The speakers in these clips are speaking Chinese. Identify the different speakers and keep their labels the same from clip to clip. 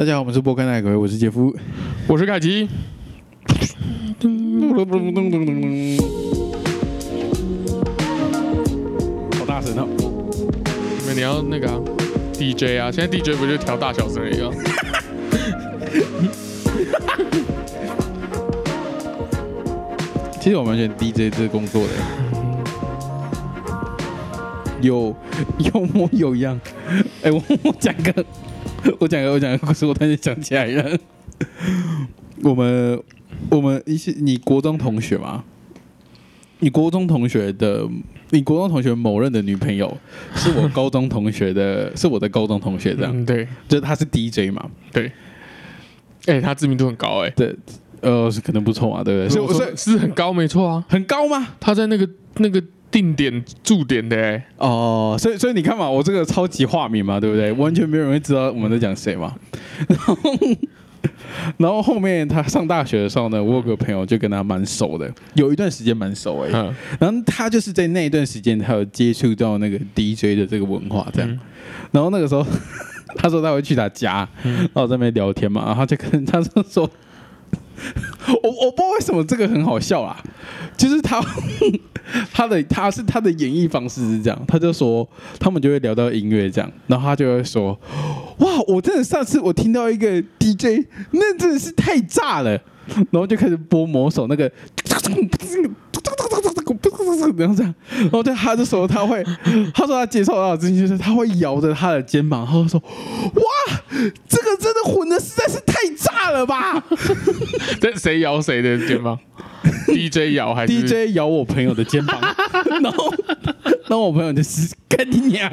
Speaker 1: 大家好，我们是波克奈鬼，我是杰夫。
Speaker 2: 我是凯奇。
Speaker 1: 好大声哦！
Speaker 2: 你们你要那个、啊、DJ 啊，现在 DJ 不就调大小声而已啊？
Speaker 1: 其实我蛮喜欢 DJ 这个工作的，有有模有样。 哎、我我讲个，我讲个，我讲个故事，我突然间想起来了。我们我们一些你国中同学嘛，你国中同学的，你国中同学某任的女朋友是我高中同学的， 是我的高中同学，这样，
Speaker 2: 嗯，对
Speaker 1: 就是她是 DJ 嘛，
Speaker 2: 对。哎、他知名度很高哎、
Speaker 1: 对，呃，是可能不错嘛，对不对？
Speaker 2: 是
Speaker 1: 是我
Speaker 2: 我
Speaker 1: 是
Speaker 2: 是是很高没错啊，
Speaker 1: 很高吗？
Speaker 2: 他在那个那个定点驻点的哎、
Speaker 1: 哦，所以所以你看嘛，我这个超级化名嘛，对不对？完全没有人会知道我们在讲谁嘛。 然后然后后面他上大学的时候呢，我有个朋友就跟他蛮熟的，有一段时间蛮熟哎、
Speaker 2: 嗯，
Speaker 1: 然后他就是在那一段时间，他有接触到那个 DJ 的这个文化，这样。然后那个时候，他说他会去他家，然后在那边聊天嘛，然后他就跟他就说，我我不知道为什么这个很好笑啊，就是他 他的他是他的演绎方式是这样，他就说他们就会聊到音乐这样，然后他就会说，哇，我真的上次我听到一个 DJ，那真的是太炸了。然后就开始播某首那个，然后这样，然后就他就说他会，他说他介绍到的资讯就是他会摇着他的肩膀，然后说：“哇，这个真的混的实在是太炸了吧
Speaker 2: 但谁摇谁的肩膀？DJ 摇还是
Speaker 1: ！”DJ 摇我朋友的肩膀，然后然后我朋友就是干你娘，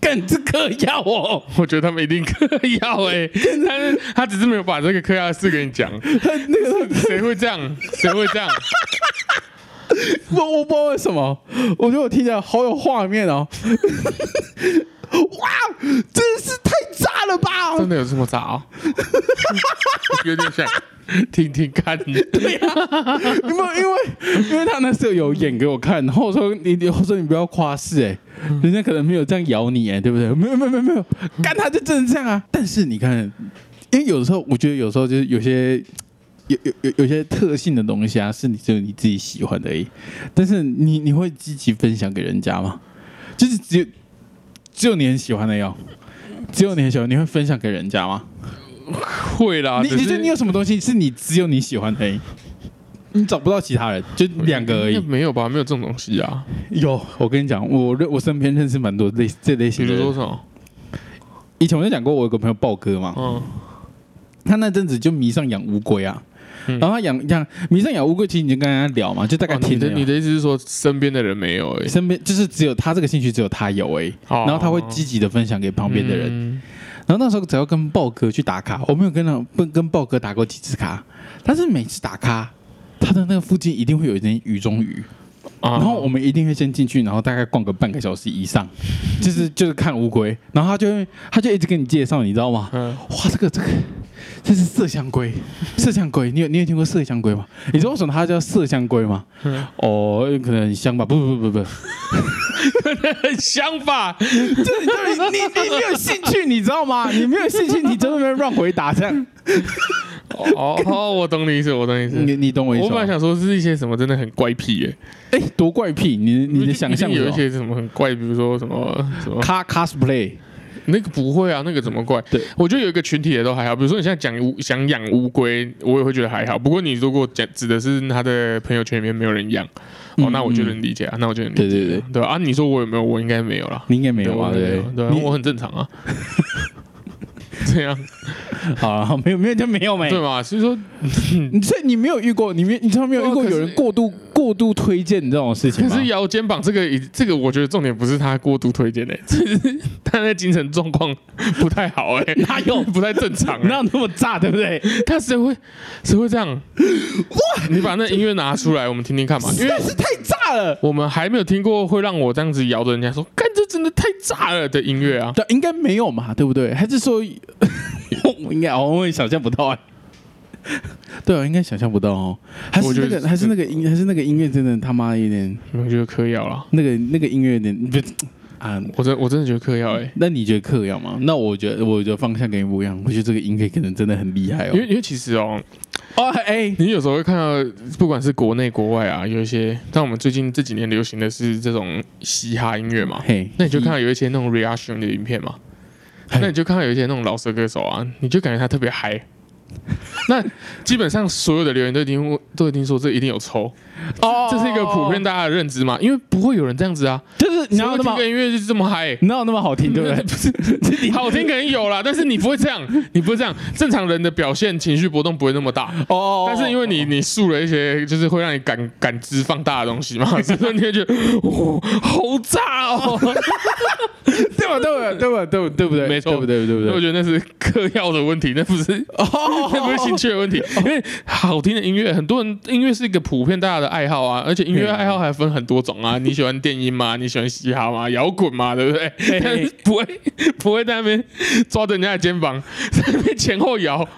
Speaker 1: 干这个要哦，
Speaker 2: 我觉得他们一定 嗑药哎，但是他只是没有把这个嗑药的事跟你讲，
Speaker 1: 他那个
Speaker 2: 谁会这样？谁会 这样？
Speaker 1: 我我不知道为什么，我觉得我听起来好有画面哦，哇，真是太炸了吧！
Speaker 2: 真的有这么早？ 有点像，听听看。
Speaker 1: 因为因为因为他那时候有演给我看，然后我说你你我说你不要夸饰哎，人家可能没有这样咬你哎、对不对？ 没有没有没有没有，干他就真的这样啊！但是你看，因为有时候我觉得有时候就是有些有有有有些特性的东西啊，是你只有你自己喜欢的而已，但是你你会积极分享给人家吗？就是只有只有你很喜欢的哟。只有你很喜欢，你会分享给人家吗？
Speaker 2: 会啦，
Speaker 1: 你
Speaker 2: 只
Speaker 1: 你
Speaker 2: 是
Speaker 1: 觉得你有什么东西啊是你只有你喜欢的而已？你找不到其他人，就两个而已
Speaker 2: 应该。没有吧？没有这种东西啊。
Speaker 1: 有，我跟你讲，我认我身边认识蛮多类这类
Speaker 2: 比
Speaker 1: 型的
Speaker 2: 如说
Speaker 1: 人。
Speaker 2: 什么？
Speaker 1: 以前我就讲过，我有个朋友豹哥嘛，
Speaker 2: 嗯，
Speaker 1: 他那阵子就迷上养乌龟啊，
Speaker 2: 嗯
Speaker 1: 然后他养养迷上养乌龟，其实你就跟他聊嘛，就大概
Speaker 2: 哦你
Speaker 1: 听
Speaker 2: 的
Speaker 1: 着、
Speaker 2: 你的意思是说身边的人没有哎、
Speaker 1: 身边就是只有他这个兴趣，只有他有哎、
Speaker 2: 哦嗯
Speaker 1: 然后他会积极的分享给旁边的人。
Speaker 2: 人，
Speaker 1: 然后那时候只要跟豹哥去打卡，我没有跟他不跟豹哥打过几次卡，但是每次打卡，他的那个附近一定会有一间鱼中鱼。
Speaker 2: 然
Speaker 1: 然后
Speaker 2: 啊
Speaker 1: 我们一定会先进去，然后大概逛个半个小时以上， 就是就是看乌龟，然后他就会他就一直跟你介绍，你知道吗？
Speaker 2: 嗯，
Speaker 1: 哇，这个这个这是麝香 龟，麝香龟，你有你有听过麝香龟吗？你知道为什么它叫麝香龟吗？
Speaker 2: 嗯
Speaker 1: 哦，可能很香吧？不不不 不不，
Speaker 2: 很香吧？
Speaker 1: 你到底你你没有兴趣，你知道吗？ 你没有兴趣，你在那边乱回答这样，
Speaker 2: 哦哦，我懂你意思，我懂你意思。
Speaker 1: 你你懂我意
Speaker 2: 我
Speaker 1: 思
Speaker 2: 本来
Speaker 1: 吗？
Speaker 2: 想说是一些什么真的很怪癖哎、
Speaker 1: 哎，多怪癖！你你
Speaker 2: 一
Speaker 1: 的
Speaker 2: 定
Speaker 1: 想象
Speaker 2: 一定有
Speaker 1: 是
Speaker 2: 一
Speaker 1: 什么
Speaker 2: 些什么很怪，比如说什么什么，
Speaker 1: 咖 cosplay，
Speaker 2: 那个不会啊，那个怎么怪？
Speaker 1: 对，
Speaker 2: 我觉得有一个群体的都还好，比如说你现在讲乌想养乌龟，我也会觉得还好。不过你如果讲指的是他的朋友圈里面没有人养，哦
Speaker 1: 嗯，
Speaker 2: 那我就能
Speaker 1: 嗯
Speaker 2: 理解啊，那我就能理
Speaker 1: 对
Speaker 2: 解啊。
Speaker 1: 对对，
Speaker 2: 对吧啊，你说我有没有？我应该没有啦。
Speaker 1: 你应该没有吧？
Speaker 2: 对
Speaker 1: 对
Speaker 2: 我
Speaker 1: 不
Speaker 2: 没有对啊，我很正常 啊。这样
Speaker 1: 你 好啊，没有没有就没有没
Speaker 2: 对。嘛？所以说，
Speaker 1: 你所以你没有遇过，你没你从来没有遇过
Speaker 2: 哦可是
Speaker 1: 有人过度过度推荐这种事情
Speaker 2: 可
Speaker 1: 吗？
Speaker 2: 是摇肩膀这个已，这个我觉得重点不是他过度推荐的、欸，只是他的精神状况不太好哎、欸，
Speaker 1: 哪有
Speaker 2: 不太正常、欸？
Speaker 1: 哪有那么炸，对不对？
Speaker 2: 他谁会谁会这样？你把那音乐拿出来，我们听听看嘛，因
Speaker 1: 实
Speaker 2: 为
Speaker 1: 在是太炸了。
Speaker 2: 我们还没有听过会让我这样子摇着人家说“干这真的太炸了”的音乐啊。
Speaker 1: 对，应该没有嘛，对不对？还是说，我 应该哦我也想象不到哎、对啊，应该想象不到哦。还是
Speaker 2: 我觉
Speaker 1: 那
Speaker 2: 得
Speaker 1: 个，
Speaker 2: 是
Speaker 1: 还是那个音，还是那个音乐，真的他妈有点
Speaker 2: 我觉得可以摇了。
Speaker 1: 那个那个音乐有点不。啊，
Speaker 2: 我真我真的觉得嗑药哎，
Speaker 1: 那你觉得嗑药吗？那我觉得我的方向跟你不一样，我觉得这个音可以可能真的很厉害哦
Speaker 2: 因。为因为其实哦，
Speaker 1: 哦，哎，
Speaker 2: 你有时候会看到，不管是国内国外啊，有一些，但我们最近这几年流行的是这种嘻哈音乐嘛，
Speaker 1: 嘿，
Speaker 2: 那你就看到有一些那种 reaction 的影片嘛，
Speaker 1: 嘿
Speaker 2: 那你就看到有一些那种老舌歌手啊，你就感觉他特别嗨。 那基本上所有的留言都已经都已经说这一定有抽，
Speaker 1: 哦
Speaker 2: 这是一个普遍大家的认知嘛？因为不会有人这样子啊，
Speaker 1: 就是你
Speaker 2: 然
Speaker 1: 要
Speaker 2: 后
Speaker 1: 那
Speaker 2: 听
Speaker 1: 么
Speaker 2: 个音乐就是这么嗨、
Speaker 1: 你有那么好听，对不对？不 是，你
Speaker 2: 好听可能有啦，但是你不会 这样，你不会这样。正常人的表现情绪波动不会那么大，
Speaker 1: 哦
Speaker 2: 但是因为你你述了一些就是会让你感感知放大的东西嘛，所以说你会觉得哦，好炸哦。
Speaker 1: 对吧？对吧？对吧？对不对不对？
Speaker 2: 没错
Speaker 1: 对不对？对不
Speaker 2: 所以我
Speaker 1: 对？
Speaker 2: 觉得那是嗑药的问题， 那不是
Speaker 1: 哦
Speaker 2: 那不是兴趣的问题，因为好听的音乐，很多人音乐是一个普遍大家的爱好啊，而且音乐爱好还分很多种 啊，你喜欢电音吗？你喜欢嘻哈吗？摇滚吗？对不对？但是不会不会在那边抓着人家的肩膀， 在那边前后摇，
Speaker 1: 哇，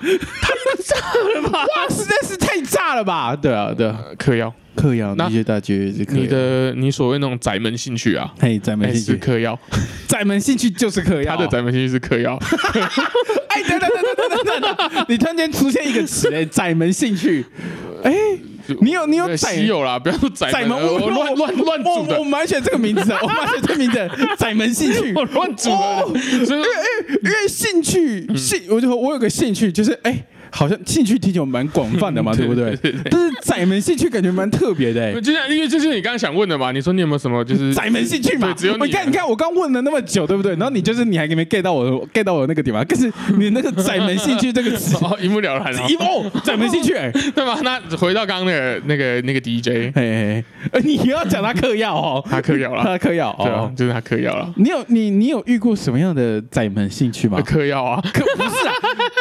Speaker 1: 实在是太炸了吧？对啊，对啊，
Speaker 2: 呃嗑药，
Speaker 1: 嗑药，
Speaker 2: 那
Speaker 1: 你觉得大绝是嗑
Speaker 2: 你
Speaker 1: 药？
Speaker 2: 的你所谓那种宅门兴趣啊，
Speaker 1: 嘿，咱
Speaker 2: 哎
Speaker 1: 们
Speaker 2: 是
Speaker 1: 兴趣，
Speaker 2: 嗑药，
Speaker 1: 咱们兴趣就是嗑药。
Speaker 2: 他的宅门兴趣是嗑药，
Speaker 1: 哎，等等等等等等等等，你突然间出现一个词，哎，窄门兴趣。哎，你有你有
Speaker 2: 对
Speaker 1: 窄
Speaker 2: 稀有啦，不要说宅
Speaker 1: 窄门，
Speaker 2: 我
Speaker 1: 我
Speaker 2: 乱乱乱
Speaker 1: 我
Speaker 2: 组
Speaker 1: 我我
Speaker 2: 的，
Speaker 1: 蛮喜欢这个名字的，我蛮喜欢这个名字的，窄门兴趣
Speaker 2: 我。乱组
Speaker 1: 哦
Speaker 2: 的，所
Speaker 1: 因
Speaker 2: 以说
Speaker 1: 为兴趣
Speaker 2: 嗯
Speaker 1: 兴，我就我有个兴趣，就是哎、好像兴趣听起来蛮广泛的嘛，
Speaker 2: 嗯
Speaker 1: 对不对？但是窄门兴趣感觉蛮特别的、哎
Speaker 2: 就像因为就是你刚刚想问的嘛，你说你有没有什么就是
Speaker 1: 窄门兴趣嘛，
Speaker 2: 对只有你啊，
Speaker 1: 我看你看我刚问了那么久，对不对？然后你就是你还没 get 到我的 get 到我那个点嘛，可是你那个窄门兴趣这个词
Speaker 2: 哦一目了然哦，
Speaker 1: 一哦，窄门兴趣、哎
Speaker 2: 对吧？那回到刚刚那个那个那个 DJ，
Speaker 1: 嘿嘿，哎你要讲他嗑药哦，
Speaker 2: 他嗑药了，
Speaker 1: 他嗑药
Speaker 2: 对啊
Speaker 1: 哦，。
Speaker 2: 就是他嗑药了，
Speaker 1: 你有你你有遇过什么样的窄门兴趣吗？
Speaker 2: 嗑药 啊，
Speaker 1: 嗑不是啊，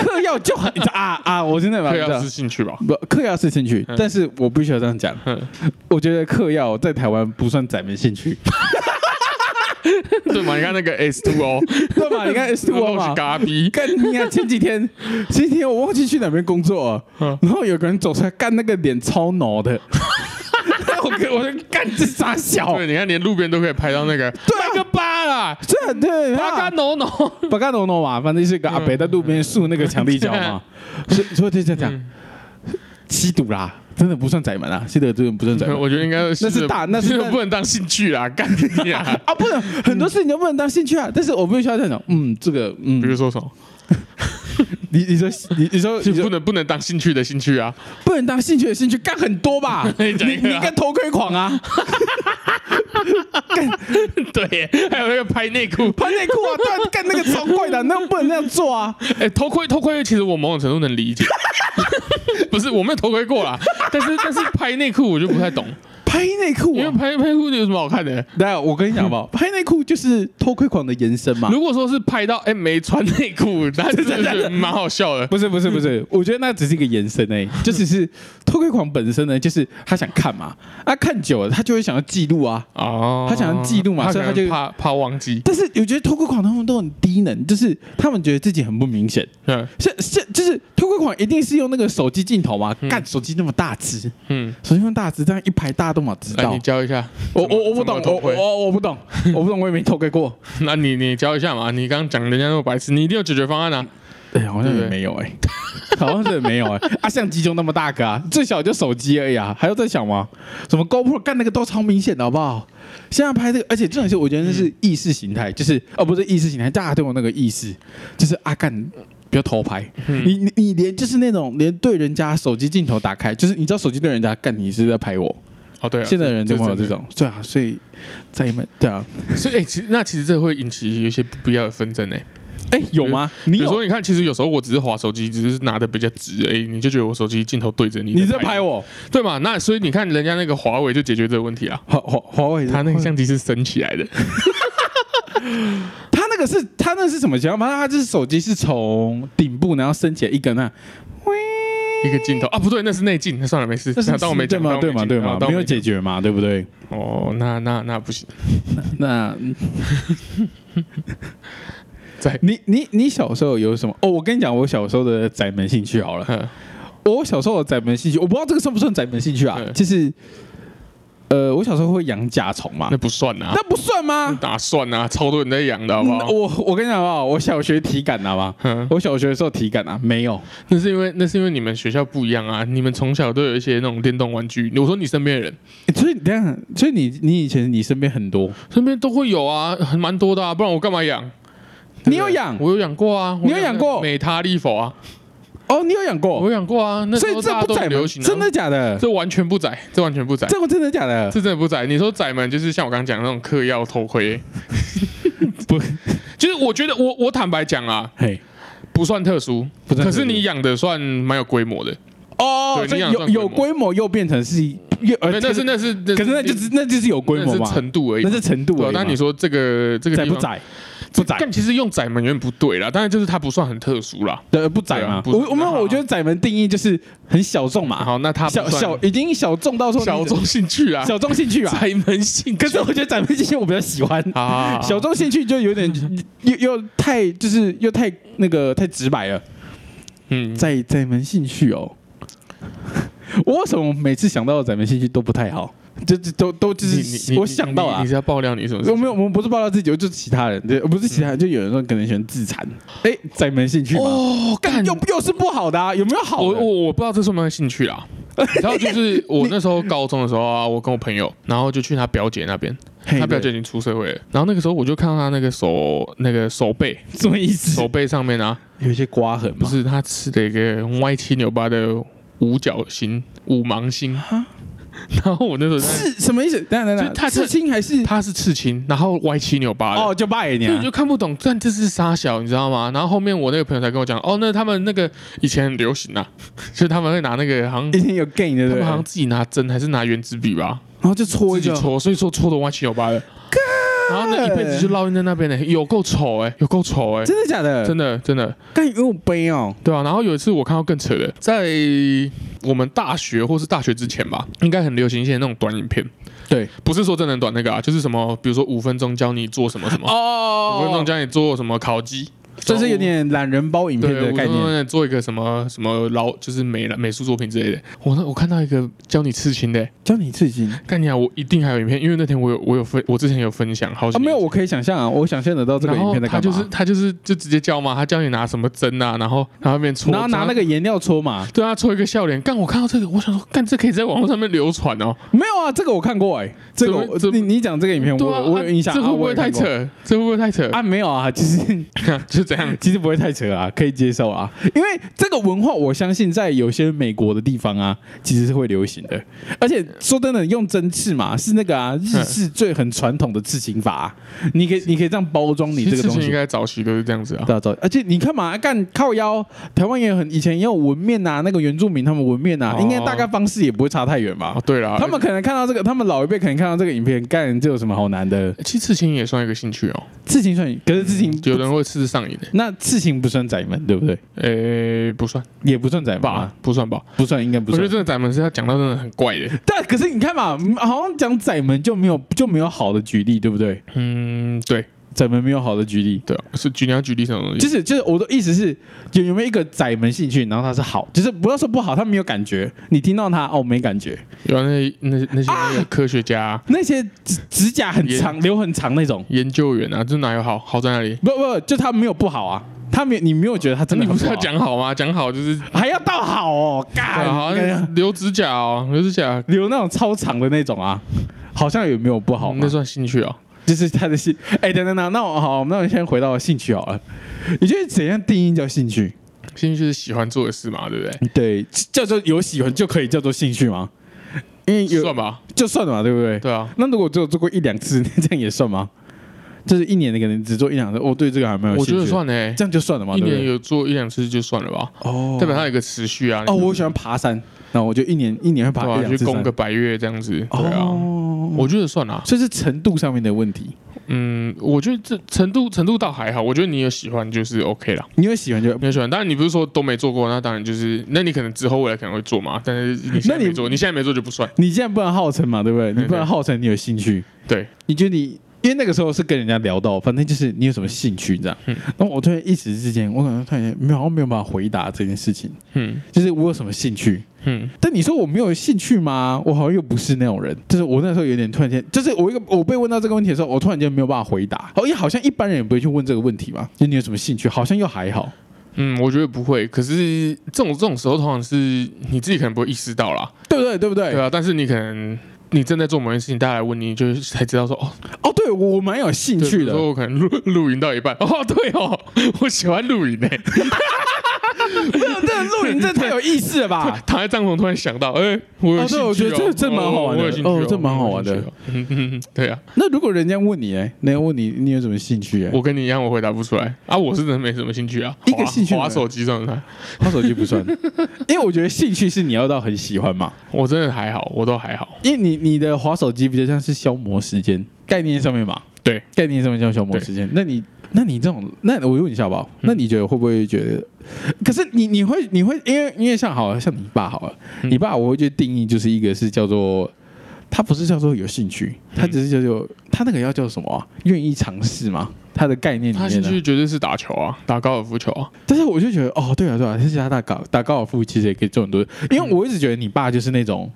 Speaker 1: 嗑药就很啊啊！我真的蛮
Speaker 2: 嗑药是兴趣吧？
Speaker 1: 不，嗑药是兴趣，但是我必须要这样讲
Speaker 2: 嗯，
Speaker 1: 我觉得嗑药在台湾不算窄门兴趣，
Speaker 2: 对嘛？你看那个 S Two O，
Speaker 1: 对吧？你看是我嘛
Speaker 2: 是。嘎逼，
Speaker 1: 干你啊！前几天，前几天我忘记去哪边工作了，
Speaker 2: 嗯
Speaker 1: 然后有个人走出来，干那个脸超挠的，我跟我就干这傻小，
Speaker 2: 对，你看连路边都可以拍到那个
Speaker 1: 哦对啊
Speaker 2: 那个疤啦，
Speaker 1: 这对
Speaker 2: 巴嘎
Speaker 1: 啊，
Speaker 2: 浓浓，
Speaker 1: 巴干诺诺嘛，反正是个阿伯在路边竖那个墙壁角嘛，所以所以就这样讲，吸毒啦，真的不算窄门啊，吸毒真的不算窄门。
Speaker 2: 我觉得应该
Speaker 1: 那是大那是
Speaker 2: 真的不能当兴趣啦，干你 啊！
Speaker 1: 啊，不能很多事情都不能当兴趣啊。但是我必须要这样讲，嗯，这个，嗯
Speaker 2: 比，如说什么，
Speaker 1: 你你说你你说
Speaker 2: 就
Speaker 1: 你
Speaker 2: 不
Speaker 1: 说
Speaker 2: 能不能当兴趣的兴趣啊，
Speaker 1: 不能当兴趣的兴趣干很多 吧？
Speaker 2: 你
Speaker 1: 你
Speaker 2: 讲一个啊
Speaker 1: 你跟头盔狂 啊，
Speaker 2: 对，还有那个拍内裤，
Speaker 1: 穿内裤啊，对啊，干那个超怪的，那不能那样做啊。
Speaker 2: 哎、偷窥偷窥，其实我某种程度能理解， 不是我没有偷窥过啦，但是但是拍内裤我就不太懂，
Speaker 1: 拍内裤
Speaker 2: 因为
Speaker 1: 啊，
Speaker 2: 拍拍内裤有什么好看的？
Speaker 1: 来啊，我跟你讲吧，拍内裤就是偷窥狂的延伸嘛。
Speaker 2: 如果说是拍到哎、没穿内裤，那真的是蛮好笑的。
Speaker 1: 不是不是不是，我觉得那只是一个延伸诶、就只是偷窥狂本身呢，就是他想看嘛，啊看久了他就会想要记录啊，
Speaker 2: 哦
Speaker 1: 他想要记录嘛所以他就
Speaker 2: 可能怕怕忘记。
Speaker 1: 但是我觉得偷窥狂他们都很低能，就是他们觉得自己很不明显，
Speaker 2: 嗯
Speaker 1: 是是，就是偷窥狂一定是用那个手机镜头嘛？干、手机那么大只，
Speaker 2: 嗯，
Speaker 1: 手机那么大只，这样一排大家都嘛知
Speaker 2: 来
Speaker 1: 道
Speaker 2: 哎你。教一下，
Speaker 1: 我我我不
Speaker 2: 怎么
Speaker 1: 懂，我
Speaker 2: 怎么偷窥
Speaker 1: 我我我不懂，我不懂，我也没偷窥过。
Speaker 2: 那你你教一下嘛。你刚刚讲人家那么白痴，你一定有解决方案啊。
Speaker 1: 对，好像
Speaker 2: 对
Speaker 1: 也没有哎、 好像是没有哎、啊，相机就那么大个啊，最小就手机而已啊，还要再想吗？什么 GoPro 干那个都超明显的好不好？现在拍这个，而且这种是我觉得那是意识形态，就是哦不是意识形态，大家都有那个意识，就是啊干不要偷拍，你你你连就是那种连对人家手机镜头打开，就是你知道手机对人家干你是在拍我，
Speaker 2: 哦对啊，
Speaker 1: 现在的人就会有
Speaker 2: 真的
Speaker 1: 这。种，对啊，所以在你们对啊，
Speaker 2: 所以哎、其实那其实这会引起一些不必要的纷争哎、
Speaker 1: 哎有吗？你
Speaker 2: 比如
Speaker 1: 有
Speaker 2: 说，你看，其实有时候我只是滑手机，只是拿的比较直而已，你就觉得我手机镜头对着你，
Speaker 1: 你在拍，我，
Speaker 2: 对嘛？那所以你看，人家那个华为就解决这个问题啊，
Speaker 1: 华华华为
Speaker 2: 他那个相机是升起 来的，
Speaker 1: 他那个是他那是什么情况？反正他就是手机是从顶部然后升起来一根那，
Speaker 2: 一个镜头啊，不对，那是内镜，那算了，没事，
Speaker 1: 那是
Speaker 2: 当我没
Speaker 1: 对
Speaker 2: 讲
Speaker 1: 吗？
Speaker 2: 当我
Speaker 1: 对吗？
Speaker 2: 讲啊
Speaker 1: 对吗？
Speaker 2: 当
Speaker 1: 没
Speaker 2: 我
Speaker 1: 有解
Speaker 2: 讲
Speaker 1: 决嘛，对不对？
Speaker 2: 哦，那那那不行，
Speaker 1: 那
Speaker 2: 在
Speaker 1: 你你你小时候有什么？哦，我跟你讲，我小时候的宅门兴趣好了。
Speaker 2: 嗯
Speaker 1: 我小时候的宅门兴趣，我不知道这个算不算宅门兴趣啊
Speaker 2: 嗯？
Speaker 1: 就是呃，我小时候会养甲虫嘛
Speaker 2: 那，不算啊
Speaker 1: 那，嗯哦不算吗？
Speaker 2: 哪算啊？超多人在养的好不
Speaker 1: 那
Speaker 2: 好？
Speaker 1: 我我跟你讲好不好？我小学体感好吧，
Speaker 2: 啊嗯，
Speaker 1: 我小学的时候体感啊没有，
Speaker 2: 那是因为那是因为你们学校不一样啊，你们从小都有一些那种电动玩具。我说你身边的人，
Speaker 1: 欸所以你等一下，所以你你以前你身边很多，
Speaker 2: 身边都会有啊，很蛮多的啊，不然我干嘛养？
Speaker 1: 你有养
Speaker 2: 我有养过啊，
Speaker 1: 嗯你有养过
Speaker 2: 我美塔利否啊，
Speaker 1: 哦，你有养
Speaker 2: 我有
Speaker 1: 过，
Speaker 2: 养过啊，那
Speaker 1: 所
Speaker 2: 时
Speaker 1: 以
Speaker 2: 候大
Speaker 1: 这
Speaker 2: 家
Speaker 1: 不
Speaker 2: 都
Speaker 1: 宰
Speaker 2: 很流
Speaker 1: 吗？
Speaker 2: 行、啊，
Speaker 1: 真的假的？
Speaker 2: 这完全不宰，这完全不宰。
Speaker 1: 这个真的假的？
Speaker 2: 这真的不宰，你说宰们就是像我刚刚讲的那种嗑药偷窥，
Speaker 1: 不，
Speaker 2: 就是我觉得我我坦白讲啊，
Speaker 1: 嘿，
Speaker 2: 不算特殊，
Speaker 1: 不算特
Speaker 2: 可
Speaker 1: 殊
Speaker 2: 是你养的算蛮有规模的，
Speaker 1: 哦，
Speaker 2: 对
Speaker 1: 所以
Speaker 2: 你养
Speaker 1: 有有
Speaker 2: 算规模
Speaker 1: 规模又变成是又呃
Speaker 2: 对，那是那是，
Speaker 1: 可是那就是那就是有规模
Speaker 2: 那
Speaker 1: 嘛
Speaker 2: 是，程度而已
Speaker 1: 那。是程度
Speaker 2: 对
Speaker 1: 而
Speaker 2: 啊，
Speaker 1: 已嘛。
Speaker 2: 但你说这个这个
Speaker 1: 宰
Speaker 2: 地
Speaker 1: 不
Speaker 2: 方
Speaker 1: 宰？不宰，
Speaker 2: 但其实用窄门有点不对啦，当然就是它不算很特殊啦。
Speaker 1: 呃，不宰
Speaker 2: 对啊
Speaker 1: 嘛。
Speaker 2: 不宰
Speaker 1: 我我们
Speaker 2: 那好啊
Speaker 1: 我觉得宰门定义就是很小众嘛，
Speaker 2: 好，那它不
Speaker 1: 小
Speaker 2: 算
Speaker 1: 小已经小众到说你
Speaker 2: 小众兴趣啊，
Speaker 1: 小众兴趣啊。
Speaker 2: 窄门兴趣。
Speaker 1: 可是我觉得宰门兴趣我比较喜欢，
Speaker 2: 啊，
Speaker 1: 小众兴趣就有点又又太就是又太那个太直白了。
Speaker 2: 嗯，
Speaker 1: 在在门兴趣哦。 我为什么每次想到咱们兴趣都不太好？就就都都就
Speaker 2: 你
Speaker 1: 是我想到
Speaker 2: 你
Speaker 1: 啊
Speaker 2: 你，是要爆料你什么事
Speaker 1: 我？没有，我们不是报道自己，我就是其他人，对，不是其他人，就有人说可能喜欢自残，哎，在门兴趣吗？
Speaker 2: 哦，
Speaker 1: 干
Speaker 2: 干
Speaker 1: 又又是不好的啊，有没有好
Speaker 2: 我
Speaker 1: 的？
Speaker 2: 我我不知道这算不算兴趣 啦。然后就是我那时候高中的时候啊，我跟我朋友，然后就去他表姐那边，
Speaker 1: 嘿
Speaker 2: 他表姐已经出社会了。然后那个时候我就看到他那个手那个手 背
Speaker 1: 对什么意思
Speaker 2: 手？背上面啊，
Speaker 1: 有一些刮痕
Speaker 2: 不
Speaker 1: 吗？
Speaker 2: 是他吃了一个很歪七扭八的五角星五芒星。然后我那时候在
Speaker 1: 是什么意思？等一下等一下
Speaker 2: 就他
Speaker 1: 刺青还是
Speaker 2: 他是刺青，然后歪七扭八的。
Speaker 1: 哦，就拜
Speaker 2: 对，我
Speaker 1: 年
Speaker 2: 就看不懂，但这是傻小，你知道吗？然后后面我那个朋友才跟我讲，哦，那他们那个以前很流行啊， 就是他们会拿那个好像
Speaker 1: 以前有 gay 的，对
Speaker 2: 他
Speaker 1: 不对
Speaker 2: 们好像
Speaker 1: 然
Speaker 2: 自己拿针还是拿圆珠笔吧，
Speaker 1: 后就搓
Speaker 2: 自
Speaker 1: 一
Speaker 2: 己
Speaker 1: 个，
Speaker 2: 搓，所以说搓的歪七扭八的。然后那一辈子就烙印在那边呢，有够丑哎，有够丑哎，
Speaker 1: 真的假的？
Speaker 2: 真的真的，
Speaker 1: 干有杯哦，
Speaker 2: 对啊。然后有一次我看到更扯的，在我们大学或是大学之前吧，应该很流行一些那种短影片，
Speaker 1: 对
Speaker 2: 不是说真的很短那个啊，就是什么，比如说五分钟教你做什么什么，
Speaker 1: 哦
Speaker 2: 五分钟教你做什么烤鸡，
Speaker 1: 这是有点懒人包影片
Speaker 2: 对，
Speaker 1: 的
Speaker 2: 我
Speaker 1: 概
Speaker 2: 说
Speaker 1: 念。
Speaker 2: 那做一个什么什么劳，就是美美术作品之类的。我那我看到一个教你刺青的、欸，
Speaker 1: 教你刺青
Speaker 2: 干你啊！我一定还有影片，因为那天我有我有分，我之前有分享，好
Speaker 1: 啊？
Speaker 2: 像
Speaker 1: 没有，。我可以想象啊，我想象得到这个
Speaker 2: 然
Speaker 1: 影
Speaker 2: 后
Speaker 1: 片在
Speaker 2: 他
Speaker 1: 干
Speaker 2: 就是
Speaker 1: 嘛。
Speaker 2: 他就是就直接教嘛，他教你拿什么针啊，然后然后那边戳，
Speaker 1: 然后拿那
Speaker 2: 个
Speaker 1: 个颜料搓嘛？
Speaker 2: 对啊他戳一个笑脸。干我看到这个，我想说干这可以在网络上面流传哦。
Speaker 1: 没有啊，这个我看过哎、这个我
Speaker 2: 这
Speaker 1: 你你讲这个影片，
Speaker 2: 对啊，
Speaker 1: 我我有印象。
Speaker 2: 这
Speaker 1: 啊
Speaker 2: 会不
Speaker 1: 我
Speaker 2: 会
Speaker 1: 有
Speaker 2: 太
Speaker 1: 看过
Speaker 2: 扯？这会不会太扯？
Speaker 1: 啊？没有啊，其 实。
Speaker 2: 就这样
Speaker 1: 其实不会太扯啊，可以接受啊，因为这个文化我相信在有些美国的地方啊，其实是会流行的。而且说真的，用针刺嘛，是那个啊日
Speaker 2: 嗯
Speaker 1: 式最很传统的刺青法、啊，你可以你可以这样包装你这
Speaker 2: 其实
Speaker 1: 个
Speaker 2: 事
Speaker 1: 东
Speaker 2: 情
Speaker 1: 西啊
Speaker 2: 应。该早期都是这样子啊。
Speaker 1: 对啊，对啊而且你看嘛，干靠腰，台湾也很以前也有纹面呐、那个原住民他们纹面呐、
Speaker 2: 哦
Speaker 1: 应该大概方式也不会差太远吧
Speaker 2: 哦，。对了，
Speaker 1: 他们可能看到这个，他们老一辈可能看到这个影片，干这有什么好难的？
Speaker 2: 其实刺青也算一个兴趣哦。
Speaker 1: 刺青算，可是刺青
Speaker 2: 有人会吃上瘾的，
Speaker 1: 那刺青不算窄门，对不对？
Speaker 2: 诶、不算
Speaker 1: 也不算窄门
Speaker 2: 吧
Speaker 1: 啊，，
Speaker 2: 不算吧。
Speaker 1: 不算，应该不
Speaker 2: 我觉
Speaker 1: 算
Speaker 2: 得。这个咱们是要讲到真的很怪的，
Speaker 1: 但可是你看嘛，嗯好像讲窄门就没有就没有好的举例，对不对？
Speaker 2: 嗯，对
Speaker 1: 窄门没有好的举例，
Speaker 2: 对啊，是举你要举例什么东
Speaker 1: 就
Speaker 2: 西？
Speaker 1: 是就是我的意思是，有有没有一个窄门兴趣，然后它是好，就是不要说不好，它没有感觉，你听到它哦没感觉，
Speaker 2: 有啊那那那些那个科学家啊、
Speaker 1: 那些指指甲很长、留很长那种，
Speaker 2: 研究员啊，这哪有好好在哪里？
Speaker 1: 不不，就他没有不好啊，他没有你没有觉得他真的
Speaker 2: 你
Speaker 1: 很
Speaker 2: 不是
Speaker 1: 不
Speaker 2: 要
Speaker 1: 好，
Speaker 2: 讲好吗？讲好就是
Speaker 1: 还要到好 哦，
Speaker 2: 啊好
Speaker 1: 干
Speaker 2: 像留指甲哦，留指甲。
Speaker 1: 留那种超长的那种啊，好像有没有不好嘛
Speaker 2: 那？算兴趣哦，
Speaker 1: 就是他的兴，哎，等等等，那我好，那我先回到兴趣好了，你觉得怎样定义叫兴趣？
Speaker 2: 兴趣是喜欢做的事嘛，对不对？
Speaker 1: 对，叫做有喜欢就可以叫做兴趣吗？因为有
Speaker 2: 算吧，
Speaker 1: 就算了嘛，对不对？
Speaker 2: 对啊，
Speaker 1: 那如果只有做过一两次，这样也算吗？就是一年的可能只做一两次，哦，对这个还蛮有兴
Speaker 2: 我
Speaker 1: 趣
Speaker 2: 觉
Speaker 1: 的，
Speaker 2: 得算呢，
Speaker 1: 这样就算了嘛，
Speaker 2: 一
Speaker 1: 对不
Speaker 2: 年
Speaker 1: 对？
Speaker 2: 有做一两次就算了吧，
Speaker 1: 哦
Speaker 2: 代表它有一个持续啊。
Speaker 1: 哦，我喜欢爬山，那我就一年一年会爬一
Speaker 2: 对啊，
Speaker 1: 两
Speaker 2: 去
Speaker 1: 次
Speaker 2: 攻
Speaker 1: 山
Speaker 2: 个。百越这样子，对啊，
Speaker 1: 哦，
Speaker 2: 我觉得算啦。
Speaker 1: 所以是程度上面的问题，
Speaker 2: 嗯，我觉得这程度程度倒还好，我觉得你有喜欢就是 OK 啦，
Speaker 1: 你会喜欢就。
Speaker 2: 你有喜欢，当然你不是说都没做过，那当然就是，那你可能之后未来可能会做嘛，但是你现在没做，你现在没做就不算，
Speaker 1: 你现在不能号称嘛，对不对？
Speaker 2: 对
Speaker 1: 你不能号称你有兴趣，
Speaker 2: 对，
Speaker 1: 你觉得你因为那个时候是跟人家聊到，反正就是你有什么兴趣这样。
Speaker 2: 嗯
Speaker 1: 然后我突然一时之间，我感觉突然间没有好像没有办法回答这件事情，
Speaker 2: 嗯
Speaker 1: 就是我有什么兴趣。
Speaker 2: 嗯
Speaker 1: 但你说我没有兴趣吗？我好像又不是那种人，就是我那时候有点突然间，就是我一个我被问到这个问题的时候，我突然间没有办法回答。哦，因为好像一般人也不会去问这个问题嘛，就你有什么兴趣，好像又还好。
Speaker 2: 嗯，我觉得不会。可是这种这种时候，通常是你自己可能不会意识到啦，
Speaker 1: 对不对？对不对？
Speaker 2: 对啊。但是你可能你正在做某件事情，大家来问你，就是才知道说哦，
Speaker 1: 哦，对我蛮有兴
Speaker 2: 对比
Speaker 1: 趣
Speaker 2: 如
Speaker 1: 的。
Speaker 2: 说我可能露露营到一半，哦，对哦，我喜欢欸露营诶，
Speaker 1: 这这露营这太有意思了 吧？
Speaker 2: 躺在帐篷突然想到，哎，我有
Speaker 1: 啊哦
Speaker 2: 兴
Speaker 1: 对我
Speaker 2: 趣
Speaker 1: 觉得这这蛮好玩的
Speaker 2: 我有兴趣
Speaker 1: 哦这蛮好玩的
Speaker 2: 我有兴趣哦嗯嗯，嗯对啊，
Speaker 1: 那如果人家问你，哎，人家问你你有什么兴趣？哎，
Speaker 2: 我跟你一样，我回答不出来啊，我是真的没什么兴趣啊，
Speaker 1: 一个
Speaker 2: 滑
Speaker 1: 兴趣没有
Speaker 2: 滑手机状态，
Speaker 1: 他手机不算， 因为我觉得兴趣是你要到很喜欢嘛，
Speaker 2: 我真的还好，我都还好，
Speaker 1: 因为你你的滑手机比较像是消磨时间概念上面嘛，
Speaker 2: 对，
Speaker 1: 概念上面叫消磨时间。那你那你这种，那我问一下好不
Speaker 2: 嗯
Speaker 1: 好？那你觉得会不会觉得？可是你你会你会因为因为像好了像你爸好了，
Speaker 2: 嗯
Speaker 1: 你爸我会觉得定义就是一个是叫做。他不是叫做有兴趣，
Speaker 2: 嗯
Speaker 1: 他只是叫做、他那个要叫什么、啊？愿意尝试吗？他的概念里
Speaker 2: 他
Speaker 1: 面啊
Speaker 2: 兴
Speaker 1: 呢？
Speaker 2: 趣绝对是打球啊，打高尔夫球啊，
Speaker 1: 但是我就觉得，哦，对啊，对啊，其实他打高打高尔夫其实也可以做很多，因为我一直觉得你爸就是那种，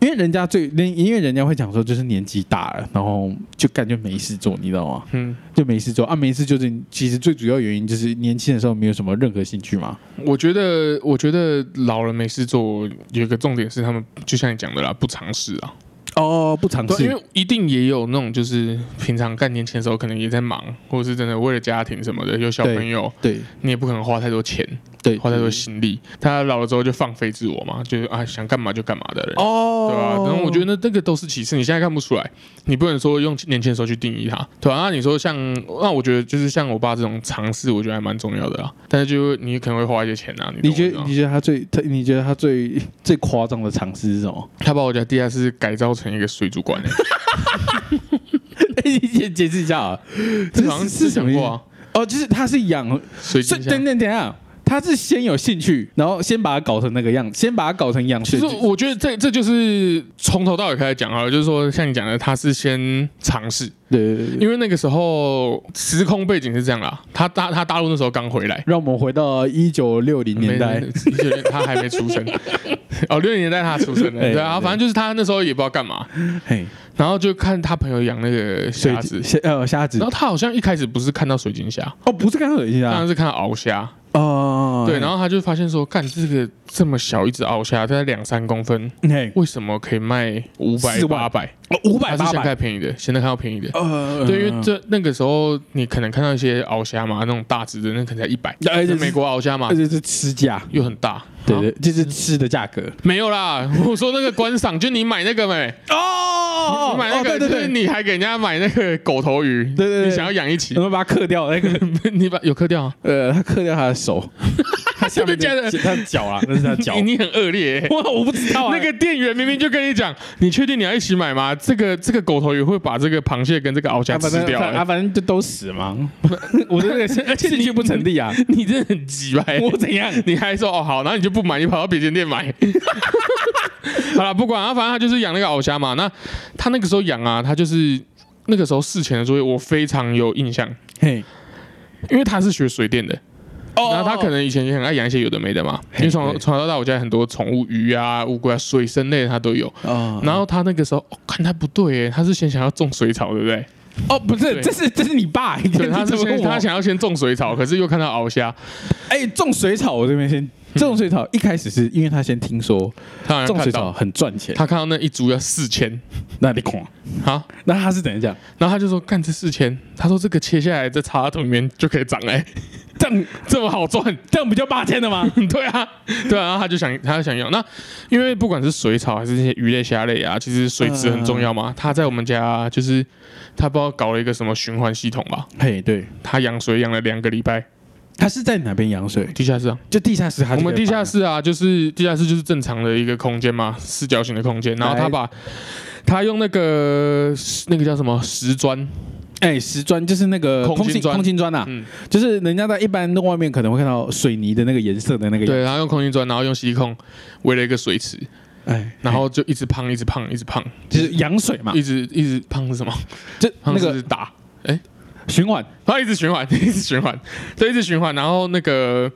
Speaker 1: 因为人家最，因因为人家会讲说，就是年纪大了，然后就感觉没事做，你知道吗？
Speaker 2: 嗯。
Speaker 1: 就没事做啊，没事就是其实最主要原因就是年轻的时候没有什么任何兴趣嘛。
Speaker 2: 我觉得，我觉得老人没事做，有一个重点是他们就像你讲的啦，不尝试啊。
Speaker 1: 哦，不尝
Speaker 2: 对，啊因
Speaker 1: 试，
Speaker 2: 为一定也有那种就是平常干年轻的时候，可能也在忙，或者是真的为了家庭什么的，有小朋友，
Speaker 1: 对
Speaker 2: 你也不可能花太多钱，
Speaker 1: 对，
Speaker 2: 花太多心力。他老了之后就放飞自我嘛，就是啊想干嘛就干嘛的人。
Speaker 1: 哦，
Speaker 2: 对吧、然后我觉
Speaker 1: 得
Speaker 2: 得那那个都是歧视，你现在看不出来，你不能说用年轻的时候去定义它，对吧、那你说像，那我觉得就是像我爸这种尝试，我觉得还蛮重要的啦。啊但是就你可能会花一些钱啊，你
Speaker 1: 你
Speaker 2: 懂
Speaker 1: 觉
Speaker 2: 我意思
Speaker 1: 得
Speaker 2: 吗
Speaker 1: 你觉得他最他你觉得他最最夸张的尝试是什么？
Speaker 2: 他把我家地下室改造成一个水族 馆、欸，
Speaker 1: 你解解释一下啊，
Speaker 2: 这好像之前
Speaker 1: 什么
Speaker 2: 讲
Speaker 1: 意思
Speaker 2: 过、啊，
Speaker 1: 哦，就是他是养所
Speaker 2: 水
Speaker 1: 以
Speaker 2: 晶
Speaker 1: 等
Speaker 2: 箱。
Speaker 1: 等等一下，他是先有兴趣，然后先把它搞成那个样子，先把它搞成样
Speaker 2: 其
Speaker 1: 式
Speaker 2: 实。我觉得这这就是从头到尾开始讲好了，就是说像你讲的，他是先尝试，
Speaker 1: 对对对对。
Speaker 2: 因为那个时候时空背景是这样啦，他大他大陆那时候刚回来，
Speaker 1: 让我们回到一九六零年代
Speaker 2: 没，没他还没出生， 哦，六零年代他出生的，
Speaker 1: 哎
Speaker 2: 对啊，
Speaker 1: 对
Speaker 2: 反正就是他那时候也不知道干嘛，
Speaker 1: 嘿，
Speaker 2: 然后就看他朋友养那个
Speaker 1: 水
Speaker 2: 虾子，
Speaker 1: 虾呃虾子
Speaker 2: 然后他好像一开始不是看到水晶虾，
Speaker 1: 哦，不是刚刚有一
Speaker 2: 当
Speaker 1: 下
Speaker 2: 然是看到鳌虾，
Speaker 1: 哦，
Speaker 2: 对，然后他就发现说，干这个这么小一只鳌虾，大概两三公分，
Speaker 1: 嘿
Speaker 2: 为什么可以卖五百
Speaker 1: 400
Speaker 2: 八百？
Speaker 1: 五
Speaker 2: 它
Speaker 1: 百
Speaker 2: 是
Speaker 1: 八
Speaker 2: 先
Speaker 1: 百，
Speaker 2: 看便宜的，现在看到便宜的。
Speaker 1: 呃
Speaker 2: 对，因为这那个时候你可能看到一些鳌虾嘛，那种大只的，那可能才一百。
Speaker 1: 而哎且是
Speaker 2: 美国鳌虾嘛
Speaker 1: 而，且是吃价，
Speaker 2: 又很大。
Speaker 1: 对
Speaker 2: 啊
Speaker 1: 对，就是吃的价格
Speaker 2: 没有啦， 我说那个观赏，就你买那个没，
Speaker 1: 哦
Speaker 2: 你买那
Speaker 1: 对
Speaker 2: 个，
Speaker 1: 对
Speaker 2: 就是
Speaker 1: 对，
Speaker 2: 你还给人家买那个狗头鱼，
Speaker 1: 对对对呃
Speaker 2: 你想要养一起
Speaker 1: 我，们把它刻掉那个，
Speaker 2: 你把有磕掉啊，
Speaker 1: 呃，他刻掉他的 手，他下面
Speaker 2: 真的假
Speaker 1: 他的脚啊，那是他的脚
Speaker 2: 你，你很恶劣欸。
Speaker 1: 哇， 我不知道啊
Speaker 2: 那个店员明明就跟你讲，你确定你要一起买吗？这个这个狗头鱼会把这个螃蟹跟这个鳌虾
Speaker 1: 啊，反
Speaker 2: 吃
Speaker 1: 正
Speaker 2: 掉、
Speaker 1: 啊，
Speaker 2: 欸，
Speaker 1: 反正就都死 嘛。我的那个兴
Speaker 2: 而且你
Speaker 1: 兴趣不成立 啊，
Speaker 2: 你真的很鸡掰。
Speaker 1: 我怎样？
Speaker 2: 你还说哦好，然后你就不买，你跑到别间 店买。好了，不管啊，反正他就是养那个鳌虾嘛。那他那个时候养啊，他就是那个时候事前的作业，我非常有印象，
Speaker 1: 嘿，
Speaker 2: 因为他是学水电的，然后他可能以前也很爱养一些有的没的嘛。
Speaker 1: 哦嘿
Speaker 2: 因为从
Speaker 1: 对
Speaker 2: 从小到大，我家很多宠物鱼啊、乌龟啊、水生类的他都有。
Speaker 1: 哦
Speaker 2: 然后他那个时候，哦、看他不对耶，他是先想要种水草，对不对？
Speaker 1: 哦，不
Speaker 2: 对
Speaker 1: 是，这是这是你爸，你
Speaker 2: 对，他是
Speaker 1: 怎么
Speaker 2: 先
Speaker 1: 跟
Speaker 2: 他
Speaker 1: 我？
Speaker 2: 想要先种水草，可是又看到鳌虾，
Speaker 1: 哎，种水草，我这边先种水草，一开始是因为他先听说
Speaker 2: 他好像
Speaker 1: 种
Speaker 2: 看
Speaker 1: 水
Speaker 2: 到
Speaker 1: 草很赚钱，
Speaker 2: 他看到那一株要四千
Speaker 1: 那你狂，
Speaker 2: 啊，
Speaker 1: 那他是怎样讲？
Speaker 2: 然后他就说干这四千，他说这个切下来再插到桶里面就可以长哎、
Speaker 1: 这样
Speaker 2: 这么好赚，
Speaker 1: 这样不叫八千的 吗？
Speaker 2: 对啊，对啊，然后他就想他就想要那，因为不管是水草还是那些鱼类虾类啊，其实水质很重要
Speaker 1: 嗯
Speaker 2: 嘛。他在我们家就是他不知道搞了一个什么循环系统吧，
Speaker 1: 嘿，对，
Speaker 2: 他养水养了两个礼拜，
Speaker 1: 他是在哪边养水？
Speaker 2: 地下室啊，
Speaker 1: 就地下室，
Speaker 2: 我们地下，室啊，就是地下室就是正常的一个空间嘛，四角形的空间。
Speaker 1: 哎
Speaker 2: 然后他把他用那个那个叫什么石砖，
Speaker 1: 哎，石砖就是那个
Speaker 2: 空心
Speaker 1: 空心
Speaker 2: 砖
Speaker 1: 空心砖啊，
Speaker 2: 嗯，
Speaker 1: 就是人家在一般的外面可能会看到水泥的那个颜色的那个，
Speaker 2: 对，然后用空心砖，然后用吸控围了一个水池，
Speaker 1: 哎，
Speaker 2: 然后就一直胖，一直胖，一直胖，
Speaker 1: 就是养水嘛，
Speaker 2: 一直一直胖是什么？
Speaker 1: 就
Speaker 2: 胖
Speaker 1: 那个
Speaker 2: 嗯是打哎
Speaker 1: 循环，
Speaker 2: 然后一直循环， 一直循环，对，一直循环，然后那个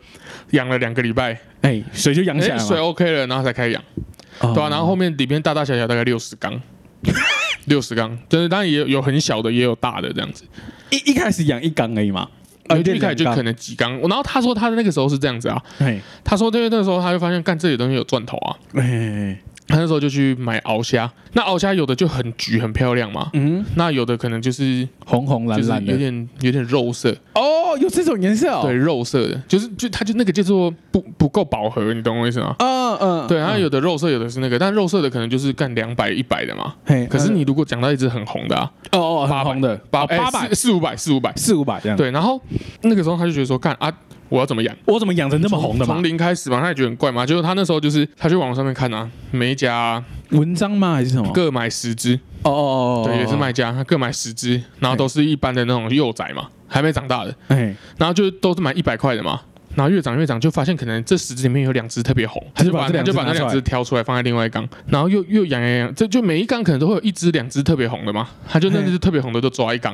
Speaker 2: 养了两个礼拜，
Speaker 1: 哎，水就扬
Speaker 2: 哎、
Speaker 1: 起来了嘛，
Speaker 2: 水 OK 了，然后才开始养，
Speaker 1: 哦
Speaker 2: 对啊，然后后面里面大大小小大概六十缸， 六十缸，就是当然也有有很小的，也有大的这样子，
Speaker 1: 一一开始养一缸而已嘛，啊
Speaker 2: 有
Speaker 1: 有点
Speaker 2: 一开始就
Speaker 1: 两
Speaker 2: 可
Speaker 1: 缸，
Speaker 2: 能几缸，然后他说他的那个时候是这样子啊，
Speaker 1: 哎
Speaker 2: 他说对，那个时候他就发现干这里东西有赚头啊，
Speaker 1: 哎哎，
Speaker 2: 他那时候就去买鳌虾，那鳌虾有的就很橘很漂亮嘛，
Speaker 1: 嗯，
Speaker 2: 那有的可能就是
Speaker 1: 红红蓝
Speaker 2: 就是
Speaker 1: 蓝
Speaker 2: 有
Speaker 1: 的，
Speaker 2: 点有点肉色，
Speaker 1: 哦，有这种颜色哦，
Speaker 2: 对，肉色的，就是就它就那个叫做不不够饱和，你懂我意思吗？
Speaker 1: 嗯，嗯嗯，
Speaker 2: 对，它有的肉色，有的是那个，但肉色的可能就是干两百、一百的嘛。
Speaker 1: 嘿，
Speaker 2: 可是
Speaker 1: 嗯
Speaker 2: 你如果讲到一只很红的、啊，
Speaker 1: 哦哦，
Speaker 2: 八
Speaker 1: 很
Speaker 2: 百
Speaker 1: 红的
Speaker 2: 八
Speaker 1: 哦八百嗯
Speaker 2: 哎四四五百四五百，
Speaker 1: 四五百这样，，
Speaker 2: 对。然后那个时候他就觉得说，干啊，我要怎么养？
Speaker 1: 我怎么养成那么红的嘛
Speaker 2: 从？零开始嘛，他也觉得很怪嘛。就是他那时候就是他去网络上面看啊，每一家啊
Speaker 1: 文章吗还是什么？
Speaker 2: 各买十只，
Speaker 1: 哦哦哦，
Speaker 2: 对，也是
Speaker 1: 哦，
Speaker 2: 卖家，他各买十只，然后
Speaker 1: 嘿
Speaker 2: 都是一般的那种幼崽嘛，还没长大的，
Speaker 1: 哎，
Speaker 2: 然后就都是买一百块的嘛。然后越长越长，就发现可能这十只里面有两只特别红，
Speaker 1: 他
Speaker 2: 他
Speaker 1: 就
Speaker 2: 就
Speaker 1: 把
Speaker 2: 把
Speaker 1: 这两只
Speaker 2: 就把那
Speaker 1: 拿出来
Speaker 2: 两只挑出来放在另外一缸，然后又又养养养，这就每一缸可能都会有一只两只特别红的嘛，他就那只特别红的都抓一缸，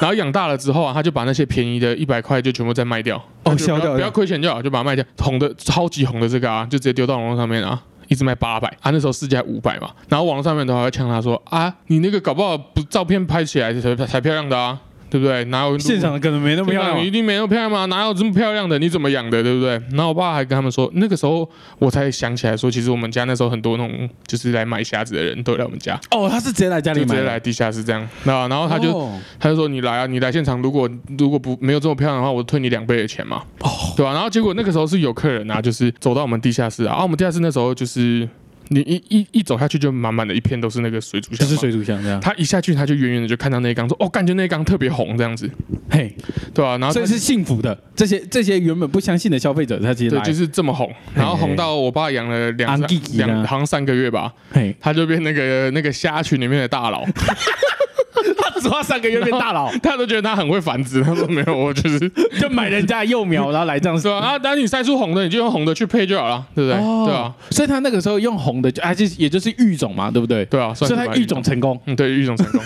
Speaker 2: 然后养大了之后啊，他就把那些便宜的一百块就全部再卖掉，
Speaker 1: 哦
Speaker 2: 他就不
Speaker 1: 消
Speaker 2: 要
Speaker 1: 掉
Speaker 2: 不要亏钱就好，就把它卖掉，红的超级红的这个啊，就直接丢到网络上面啊。一直卖八百，啊那时候市价五百嘛，然后网络上面的话会呛他说啊，你那个搞不好不照片拍起来才才漂亮的啊，对不对？哪有
Speaker 1: 现场的可能没那么漂亮
Speaker 2: 一
Speaker 1: 嘛，
Speaker 2: 定没那么漂亮嘛，哪有这么漂亮的？你怎么养的，对不对？然后我爸还跟他们说，那个时候我才想起来说，其实我们家那时候很多那种就是来买虾子的人都来我们家，
Speaker 1: 哦，他是直接来家
Speaker 2: 就
Speaker 1: 里
Speaker 2: 直
Speaker 1: 买
Speaker 2: 接
Speaker 1: 的，
Speaker 2: 来地下室这样。那然后他就、
Speaker 1: 哦
Speaker 2: 他就说你来啊，你来现场，如果如果不没有这么漂亮的话，我退你两倍的钱嘛，
Speaker 1: 哦
Speaker 2: 对啊吧、然后结果那个时候是有客人啊，就是走到我们地下室啊，啊我们地下室那时候就是你一一一走下去就满满的一片都是那个水族
Speaker 1: 就
Speaker 2: 箱嘛，
Speaker 1: 是水族箱这样，
Speaker 2: 他一下去他就远远的就看到那一缸，说哦，感觉那一缸特别红这样子，
Speaker 1: 嘿，
Speaker 2: 对啊吧、然后他
Speaker 1: 所以是幸福的。这些这些原本不相信的消费者，他其实
Speaker 2: 对，
Speaker 1: 来，
Speaker 2: 就是这么红，然后
Speaker 1: 嘿
Speaker 2: 红到我爸养了两
Speaker 1: 昂
Speaker 2: 三
Speaker 1: 吉吉啊
Speaker 2: 两好像三个月吧，
Speaker 1: 嘿，
Speaker 2: 他就变那个那个虾群里面的大佬，
Speaker 1: 他只花三个月变大佬，
Speaker 2: 他都觉得他很会繁殖，他说没有，我就是 对
Speaker 1: 就买人家幼 苗，然后来这样子。
Speaker 2: 啊，啊，当你筛出红的，你就用红的去配就好了，对不对？
Speaker 1: 哦
Speaker 2: 对啊，，
Speaker 1: 所以他那个时候用红的，就啊，就是也就是育种嘛，对不对？
Speaker 2: 对啊，算
Speaker 1: 所以
Speaker 2: 是
Speaker 1: 他
Speaker 2: 吧
Speaker 1: 育种，成功，
Speaker 2: 嗯，对，育 种成功，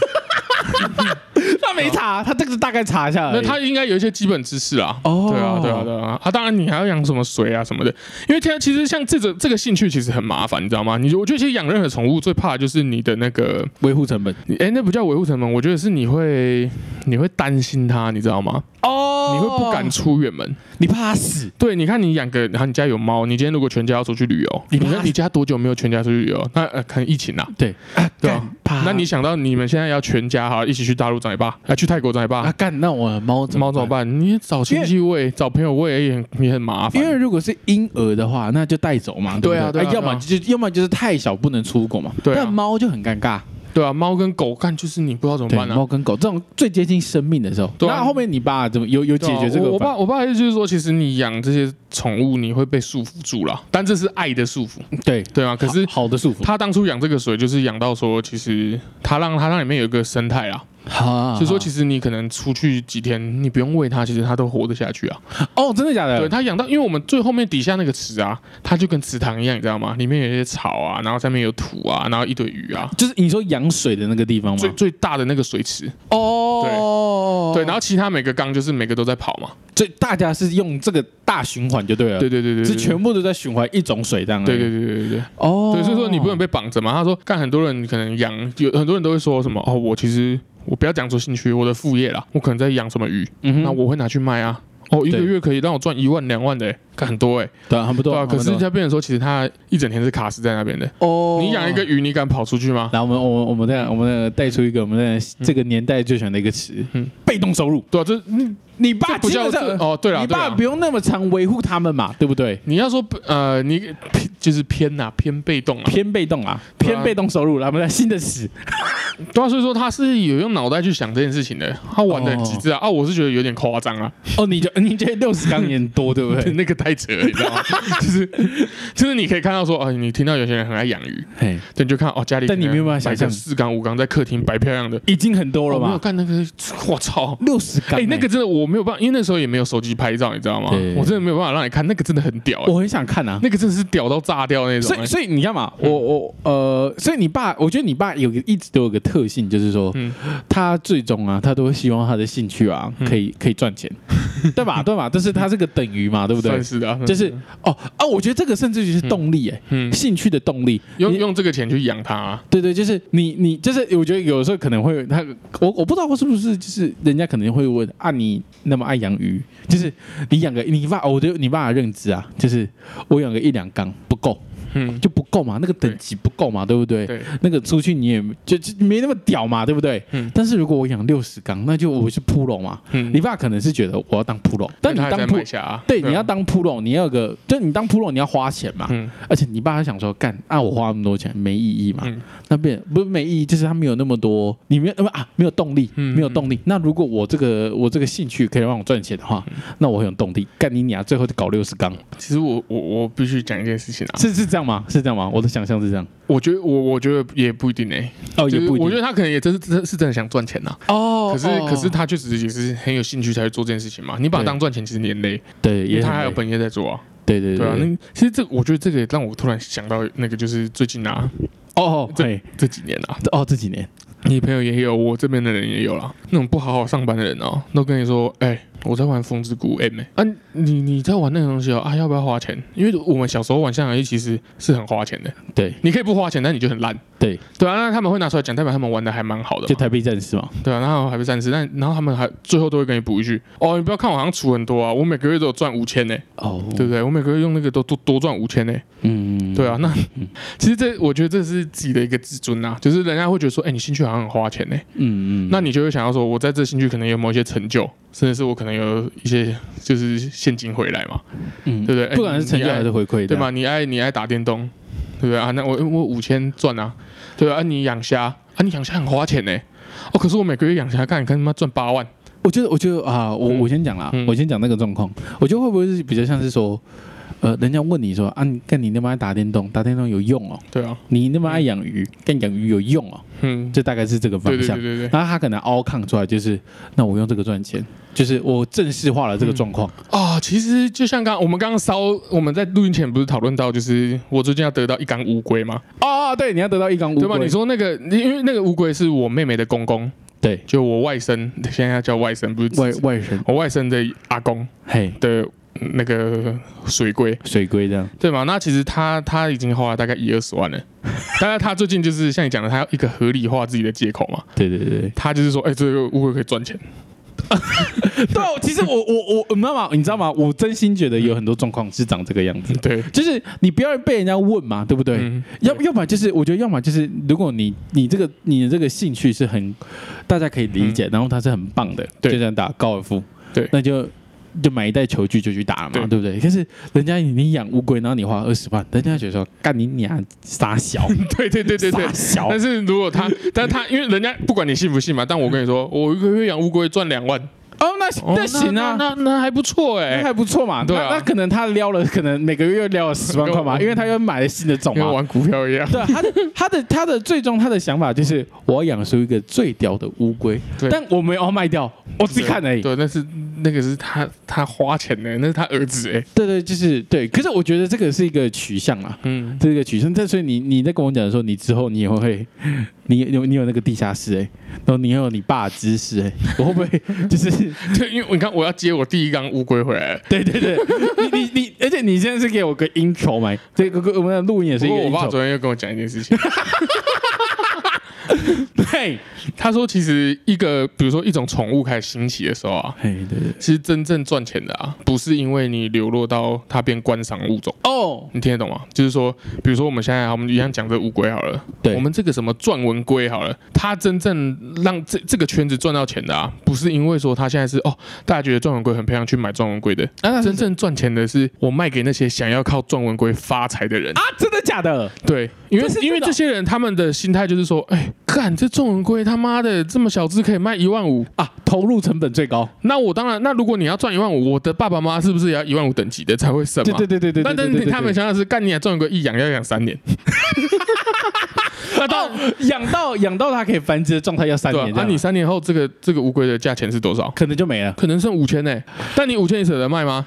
Speaker 1: 他没查，他这个大概查一下而
Speaker 2: 那
Speaker 1: 已。
Speaker 2: 他应该有一些基本知识啊。
Speaker 1: 哦
Speaker 2: 对啊，对啊，对啊，啊，当然你还要养什么水啊什么的，因为现在其实像这个这个兴趣其实很麻烦，你知道吗？你我觉得其实养任何宠物最怕的就是你的那个
Speaker 1: 维护成本
Speaker 2: 你哎、那不叫维护成本，我觉得是你会你会担心它，你知道吗？
Speaker 1: 哦
Speaker 2: 你会不敢，出远门。
Speaker 1: 你怕他死，
Speaker 2: 对，你看你养个，然后你家有猫，你今天如果全家要出去旅游，
Speaker 1: 你
Speaker 2: 你
Speaker 1: 怕
Speaker 2: 看你家多久没有全家出去旅游？那呃，可能疫情啦，
Speaker 1: 对，
Speaker 2: 对啊
Speaker 1: 干怕。
Speaker 2: 那你想到你们现在要全家哈一起去大陆找一爸，啊，去泰国找一
Speaker 1: 啊
Speaker 2: 爸，
Speaker 1: 干，那我猫
Speaker 2: 猫怎么？办？你找亲戚喂，找朋友喂也很也很麻
Speaker 1: 因为
Speaker 2: 烦。
Speaker 1: 如果是婴儿的话，那就带走嘛，
Speaker 2: 对
Speaker 1: 不
Speaker 2: 啊对啊
Speaker 1: 哎要
Speaker 2: 对啊
Speaker 1: 么就要么就是太小不能出国嘛，
Speaker 2: 对啊
Speaker 1: 但猫就很尴尬，
Speaker 2: 对啊，猫跟狗干就是你不知道怎么
Speaker 1: 对，
Speaker 2: 办啊。
Speaker 1: 猫跟狗这种最接近生命的时候，
Speaker 2: 对啊
Speaker 1: 那后面你爸怎么有有解
Speaker 2: 对啊
Speaker 1: 决这
Speaker 2: 我
Speaker 1: 个
Speaker 2: 我
Speaker 1: 办？
Speaker 2: 爸我爸的意思就是说，其实你养这些宠物，你会被束缚住了，但这是爱的束缚，
Speaker 1: 对，
Speaker 2: 对啊。可是
Speaker 1: 好好的束缚，
Speaker 2: 他当初养这个水，就是养到说，其实他让他那里面有一个生态啦，
Speaker 1: 好
Speaker 2: 所以说其
Speaker 1: 实
Speaker 2: 实你可能出去几天，你不用喂它，其实它都活得下去啊。
Speaker 1: 哦，真的假的？
Speaker 2: 对，它养到，因为我们最后面底下那个池啊，它就跟池塘一样，你知道吗？里面有一些草啊，然后上面有土啊，然后一堆鱼啊。
Speaker 1: 就是你说养水的那个地方
Speaker 2: 最
Speaker 1: 吗？
Speaker 2: 最大的那个水池，
Speaker 1: 啊哦，
Speaker 2: 对，然
Speaker 1: 后
Speaker 2: 后其他每个缸就是每个都在跑嘛，
Speaker 1: 所以大家是用这个大循环就对了，
Speaker 2: 对，对对对，
Speaker 1: 是
Speaker 2: 对
Speaker 1: 全，部都在循环一种水这样而已，
Speaker 2: 对对对对对对，
Speaker 1: 哦，
Speaker 2: 对，所以说你不能被绑着嘛。他说，干很多人可能养，有很多人都会说什么哦，我其实我不要讲出兴趣，我的副业啦，我可能在养什么鱼，
Speaker 1: 嗯哼，
Speaker 2: 那我会拿去卖啊。哦，一个
Speaker 1: 对
Speaker 2: 月可以让我赚一万两万的、欸，干很多哎、欸，
Speaker 1: 对啊，很不
Speaker 2: 对
Speaker 1: 多
Speaker 2: 啊。可是
Speaker 1: 很不多
Speaker 2: 他变成说，其实他一整天是卡死在那边的。
Speaker 1: 哦，
Speaker 2: 你养一个鱼，你敢跑出去吗？
Speaker 1: 来，我们我们我们再我们带出一个我们在这个年代最喜欢的一个词，
Speaker 2: 嗯
Speaker 1: 被动收入。
Speaker 2: 对啊，这嗯
Speaker 1: 你爸
Speaker 2: 这不
Speaker 1: 基
Speaker 2: 叫
Speaker 1: 本上
Speaker 2: 这哦，对了，
Speaker 1: 你
Speaker 2: 对
Speaker 1: 爸
Speaker 2: 啦
Speaker 1: 不用那么常维护他们嘛，对不对？
Speaker 2: 你要说呃，你偏就是偏呐、偏被动啊。
Speaker 1: 偏被动啊，
Speaker 2: 对啊
Speaker 1: 偏被动收入啦，我们的新的词
Speaker 2: 对啊，所以说他是有用脑袋去想这件事情的，他玩的很极致啊。啊，我是觉得有点夸张啊，
Speaker 1: 哦，你就你觉得六十港元多，对不对？
Speaker 2: 那个太扯了，你知道 吗？就是就是你可以看到说，哦，你听到有些人很爱养鱼，
Speaker 1: 嘿，
Speaker 2: 对，你就看哦家里
Speaker 1: 但你没有办法想象
Speaker 2: 四缸五缸在客厅摆漂亮亮的，哦
Speaker 1: 已经很多了
Speaker 2: 我没有
Speaker 1: 吧？
Speaker 2: 看那个，我操！
Speaker 1: 六十港
Speaker 2: 哎、
Speaker 1: 元，
Speaker 2: 那个真的我没有办法，因为那时候也没有手机拍照，你知道吗
Speaker 1: 欸对？
Speaker 2: 我真的没有办法让你看，那个真的很屌、欸，
Speaker 1: 我很想看啊。
Speaker 2: 那个真的是屌到炸掉那种、
Speaker 1: 所
Speaker 2: 欸
Speaker 1: 以，所以你看嘛，我我呃，所以你爸，我觉得你爸有个一直都有个特性，就是说，
Speaker 2: 嗯
Speaker 1: 他最终啊，他都会希望他的兴趣啊，可以可以赚 钱，对吧？对吧？但是他是个等于嘛，对不对
Speaker 2: 算？是的啊、
Speaker 1: 就
Speaker 2: 算
Speaker 1: 是哦啊，我觉得这个甚至就是动力，哎，
Speaker 2: 嗯，
Speaker 1: 兴趣的动力，
Speaker 2: 用
Speaker 1: 你
Speaker 2: 用这个钱去养它、啊，
Speaker 1: 对对，就是你你就是，我觉得有时候可能会他，我我不知道我是不是就是人家可能会问啊，你那么爱养鱼，就是你养个你爸，我对你爸的认知啊，就是我养个一两缸不够
Speaker 2: 嗯，
Speaker 1: 就不够嘛，那个等级不够嘛，对不对？
Speaker 2: 对，
Speaker 1: 那个出去你也就就没那么屌嘛，对不对？
Speaker 2: 嗯
Speaker 1: 但是如果我养六十缸，那就我是 pro 嘛。
Speaker 2: 嗯
Speaker 1: 你，爸可能是觉得我要当 pro，但你
Speaker 2: 他还
Speaker 1: 当
Speaker 2: 在
Speaker 1: pro
Speaker 2: 买下、啊，
Speaker 1: 对，
Speaker 2: 啊
Speaker 1: 你要，当 pro，你要有个，就你当 pro 你要花钱嘛，
Speaker 2: 嗯
Speaker 1: 而且你爸还想说，干啊，我花那么多钱没意义嘛，
Speaker 2: 嗯
Speaker 1: 那边不是没意义，就是他没有那么多，你没有呃不啊没有动力，
Speaker 2: 嗯
Speaker 1: 没有动力。那如果我这个我这个兴趣可以让我赚钱的
Speaker 2: 嗯
Speaker 1: 话，那我很有动力。干你娘，最后就搞六十缸，
Speaker 2: 其实我我我必须讲一件事情啊，
Speaker 1: 是是这样吗？是这样吗？我的想象是这样，
Speaker 2: 我觉得我我觉得也不一定哎、欸，
Speaker 1: 哦，也
Speaker 2: 就是
Speaker 1: 不一定，
Speaker 2: 我觉得他可能也真是真是真的想赚钱呐、啊
Speaker 1: 哦，
Speaker 2: 可是
Speaker 1: 哦
Speaker 2: 可是他确实也是很有兴趣才会做这件事情嘛。你把它
Speaker 1: 对
Speaker 2: 当赚钱，其实你很累，
Speaker 1: 对，
Speaker 2: 因为
Speaker 1: 也
Speaker 2: 他
Speaker 1: 很
Speaker 2: 还有
Speaker 1: 累
Speaker 2: 本业在做啊。
Speaker 1: 对对
Speaker 2: 对啊，那
Speaker 1: 对，
Speaker 2: 其实这我觉得这个也让我突然想到那个，就是最近啊
Speaker 1: 哦哦对
Speaker 2: 这几年啊，
Speaker 1: 哦这几年
Speaker 2: 你朋友也有，我这边的人也有啦，那种不好好上班的人哦，都跟你说，哎、我在玩《风之谷 M、欸》啊，你你在玩那个东西哦啊，要不要花钱？因为我们小时候玩《象牙一》其实是很花钱的，
Speaker 1: 对
Speaker 2: 你可以不花钱，但你就很烂。
Speaker 1: 对，
Speaker 2: 对啊，那他们会拿出来讲，代表他们玩的还蛮好的嘛。
Speaker 1: 就台北战士嘛，
Speaker 2: 对啊，然后还被三次，但然后他们还最后都会跟你补一句：“哦，你不要看我好像储很多啊，我每个月都有赚五千呢，欸
Speaker 1: 哦，
Speaker 2: 对不对？我每个月用那个都多多赚五千欸呢。
Speaker 1: 嗯，”
Speaker 2: 对啊，那 其实这我觉得这是自己的一个自尊啊，就是人家会觉得说：“哎，你兴趣好像很花钱呢。
Speaker 1: 嗯嗯，
Speaker 2: 那你就会想要说：“我在这兴趣可能有某一些成就，甚至是我可能有一些就是现金回来嘛，
Speaker 1: 嗯
Speaker 2: 对不对哎
Speaker 1: 不管是成就
Speaker 2: 你爱
Speaker 1: 还是回馈，啊
Speaker 2: 对？嘛？你爱你爱打电动，对不对啊？那我我五千赚啊，对啊，啊你养虾啊，你养虾很花钱呢。哦，可是我每个月养虾，看你看他妈赚八万，
Speaker 1: 我觉得，我觉得啊，我
Speaker 2: 嗯
Speaker 1: 我先讲啦，
Speaker 2: 嗯
Speaker 1: 我先讲那个状况，我觉得会不会是比较像是说，呃，人家问你说啊，你干你那么爱打电动，打电动有用哦，
Speaker 2: 对啊，
Speaker 1: 你那么爱养鱼，干养鱼有用哦，
Speaker 2: 嗯，
Speaker 1: 就大概是这个方
Speaker 2: 对对
Speaker 1: 向
Speaker 2: 对。对对。
Speaker 1: 然后他可能凹抗出来，就是那我用这个赚钱，就是我正式化了这个状况。
Speaker 2: 啊、其实就像刚我们刚刚烧，我们在录音前不是讨论到，就是我最近要得到一缸乌龟嘛，
Speaker 1: 哦，对，你要得到一缸乌
Speaker 2: 对吧？
Speaker 1: 龟
Speaker 2: 你，说那个，因为那个乌龟是我妹妹的公公，
Speaker 1: 对，
Speaker 2: 就我外甥，现在叫外甥，不是侄
Speaker 1: 外
Speaker 2: 子
Speaker 1: 外甥，
Speaker 2: 我外甥的阿公
Speaker 1: 嘿，
Speaker 2: 的那个水龟，
Speaker 1: 水龟这样，
Speaker 2: 对吗？那其实他他已经花了大概一二十万了， 当然他最近就是像你讲的，他要一个合理化自己的借口嘛，
Speaker 1: 对对对对。
Speaker 2: 他就是说，哎、这个乌龟可以赚钱，
Speaker 1: 对，啊其实我我我，你知道吗？你知道吗？我真心觉得有很多状况是长这个样子，
Speaker 2: 对
Speaker 1: 就是你不要被人家问嘛，对不对？
Speaker 2: 嗯
Speaker 1: 要要不然就是，我觉得要么就是，如果你你这个你的这个兴趣是很大家可以理解，然后它是很棒的，
Speaker 2: 对
Speaker 1: 就像打高尔夫，
Speaker 2: 对
Speaker 1: 那就就买一袋球具就去打了嘛，
Speaker 2: 对
Speaker 1: 对不对？可是人家你养乌龟，然后你花二十万，人家觉得说干你娘傻小，
Speaker 2: 对对对对对
Speaker 1: 傻， 小
Speaker 2: 但，是如果他，但他因为人家不管你信不信嘛，但我跟 你说，我一个月养乌龟赚两万，
Speaker 1: 哦，那
Speaker 2: 哦
Speaker 1: 那行啊。
Speaker 2: 那那那还不错
Speaker 1: 那
Speaker 2: 哎、
Speaker 1: 还不错嘛，
Speaker 2: 对啊
Speaker 1: 那那可能他撩了，可能每个月又撩了十万块嘛，
Speaker 2: 跟我
Speaker 1: 因为他又买了新的种
Speaker 2: 跟
Speaker 1: 嘛。
Speaker 2: 玩股票一样。
Speaker 1: 对啊，他的他的他的最终他的想法就是，我要养出一个最屌的乌龟
Speaker 2: 对，
Speaker 1: 但我没有要卖掉，我自己看而已。
Speaker 2: 对，那是那个是他他花钱的，那是他儿子哎、
Speaker 1: 对对，就是对。可是我觉得这个是一个取向啊，
Speaker 2: 嗯，
Speaker 1: 这个取向。但所以你你在跟我讲的时候，你之后你也会， 你有你有那个地下室哎、然后你也有你爸的知识哎、我会不会 就是
Speaker 2: 对，因为你看我要接我第一缸乌龟回来了，
Speaker 1: 对对对，你你你，而且你现在是给我个 intro 嘛，这个我们的录音也是
Speaker 2: 不
Speaker 1: 一个
Speaker 2: 过我爸
Speaker 1: intro，
Speaker 2: 昨天又跟我讲一件事情，
Speaker 1: 对，
Speaker 2: 他说其实一个比如说一种宠物开始兴起的时候啊。
Speaker 1: 嘿对对，
Speaker 2: 其实真正赚钱的啊，不是因为你流落到它变观赏物种，
Speaker 1: 哦，
Speaker 2: 你听得懂吗？就是说，比如说我们现在我们一样讲这乌龟好了，
Speaker 1: 对，
Speaker 2: 我们这个什么赚文龟好了，他真正让这这个圈子赚到钱的啊，不是因为说他现在是哦，大家觉得赚文龟很漂亮去买赚文龟的，
Speaker 1: 啊那是
Speaker 2: 真正赚钱的是我卖给那些想要靠赚文龟发财的人。
Speaker 1: 啊，真的假的？
Speaker 2: 对，因
Speaker 1: 这
Speaker 2: 为
Speaker 1: 是真的哦
Speaker 2: 因为这些人他们的心态就是说，哎，干这赚文龟他妈的这么小只可以卖一万五，
Speaker 1: 啊，投入成本最高。
Speaker 2: 那我当然，那如果你要赚一万五，我的爸爸妈妈是不是也要一万五等级的才会省嘛？
Speaker 1: 对对对对对，
Speaker 2: 但但
Speaker 1: 对
Speaker 2: 是他们，想想是，干你还赚个一养要养三年，那到
Speaker 1: 哦养到养到它可以繁殖的状态要三
Speaker 2: 对啊
Speaker 1: 年，这
Speaker 2: 那
Speaker 1: 样
Speaker 2: 你三年后这个这个乌龟的价钱是多少？
Speaker 1: 可能就没了，
Speaker 2: 可能剩五千呢，但你五千你舍得卖吗？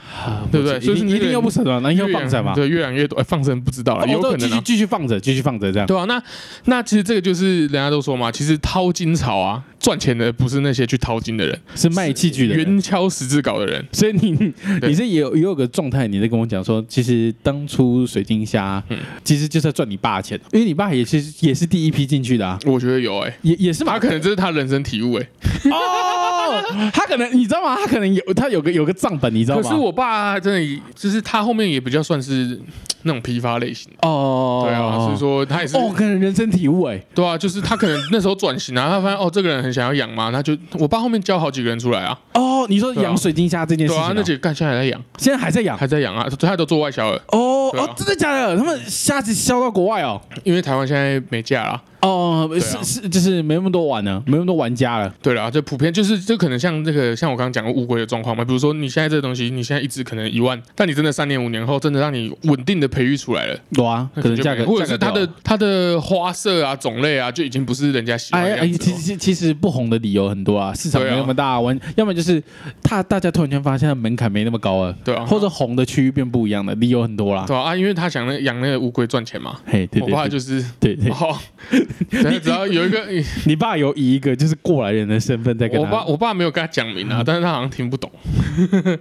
Speaker 2: 对不对
Speaker 1: 一
Speaker 2: 所以
Speaker 1: 定
Speaker 2: 你
Speaker 1: 一定又啊不舍得，那又
Speaker 2: 越
Speaker 1: 放着嘛，哦
Speaker 2: 对，越养越多，哎放生不知道了，有可
Speaker 1: 继
Speaker 2: 能
Speaker 1: 续
Speaker 2: 啊。
Speaker 1: 继续放着，继续放着这样。
Speaker 2: 对啊，那那其实这个就是人家都说嘛，其实掏金潮啊，赚钱的不是那些去掏金的人，
Speaker 1: 是卖器具的人。
Speaker 2: 圆敲十字镐的人，
Speaker 1: 所以你
Speaker 2: 对
Speaker 1: 你是也有也有个状态，你在跟我讲说，其实当初水晶虾，
Speaker 2: 嗯
Speaker 1: 其实就是在赚你爸的钱，因为你爸也是也是第一批进去的啊，
Speaker 2: 我觉得有哎、
Speaker 1: 也也是
Speaker 2: 他
Speaker 1: 嘛。
Speaker 2: 可能这是他人生体悟哎、
Speaker 1: 哦，他可能你知道吗？他可能有他有个有个账本，你知道
Speaker 2: 可
Speaker 1: 吗？
Speaker 2: 是我爸真的就是他后面也比较算是那种批发类型，
Speaker 1: 哦，
Speaker 2: 对啊，所以说他也是，
Speaker 1: 哦，可能人生体悟哎，
Speaker 2: 对啊，就是他可能那时候转型啊， 他发现哦这个人很想要养嘛，他就我爸后面教好几个人出来啊，
Speaker 1: 哦，你说
Speaker 2: 对啊
Speaker 1: 养水晶虾这件事
Speaker 2: 对
Speaker 1: 情
Speaker 2: 啊
Speaker 1: 啊，，
Speaker 2: 那几个干现在还在养，
Speaker 1: 现在还在养
Speaker 2: 还在养啊，他都做外销了，
Speaker 1: 哦
Speaker 2: 对啊啊
Speaker 1: 哦，真的假的？他们虾子销到国外哦
Speaker 2: 因为台湾现在没价啦。
Speaker 1: 哦，
Speaker 2: 对啊
Speaker 1: 是是就是没那么多玩了，没那么多玩家了。
Speaker 2: 对啦，这普遍就是这可能像这个像我刚刚讲的乌龟的状况嘛，比如说你现在这个东西，你现在一只可能一万，但你真的三年五年后真的让你稳定的培育出来了，
Speaker 1: 有啊，
Speaker 2: 那
Speaker 1: 可能价
Speaker 2: 就没
Speaker 1: 格
Speaker 2: 或者是
Speaker 1: 价
Speaker 2: 它
Speaker 1: 格掉
Speaker 2: 的
Speaker 1: 了
Speaker 2: 它的花色啊种类啊就已经不是人家喜欢
Speaker 1: 哎
Speaker 2: 的
Speaker 1: 哎，
Speaker 2: 样子
Speaker 1: 其
Speaker 2: 了。
Speaker 1: 实其实不红的理由很多啊，市场没
Speaker 2: 对啊
Speaker 1: 那么大，玩，要么就是他大家突然间发现门槛没那么高了，
Speaker 2: 对啊
Speaker 1: 或者红的区域变不一样了，理由很多啦。
Speaker 2: 对啊啊，因为他想那养那个乌龟赚钱嘛，
Speaker 1: 嘿，对
Speaker 2: 我爸
Speaker 1: 对
Speaker 2: 就是
Speaker 1: 对 对，
Speaker 2: 哦，只只要有一个，
Speaker 1: 你爸有以一个就是过来人的身份在跟
Speaker 2: 我
Speaker 1: 他嗯
Speaker 2: 爸。我爸没有跟他讲明啊，但是他好像听不懂。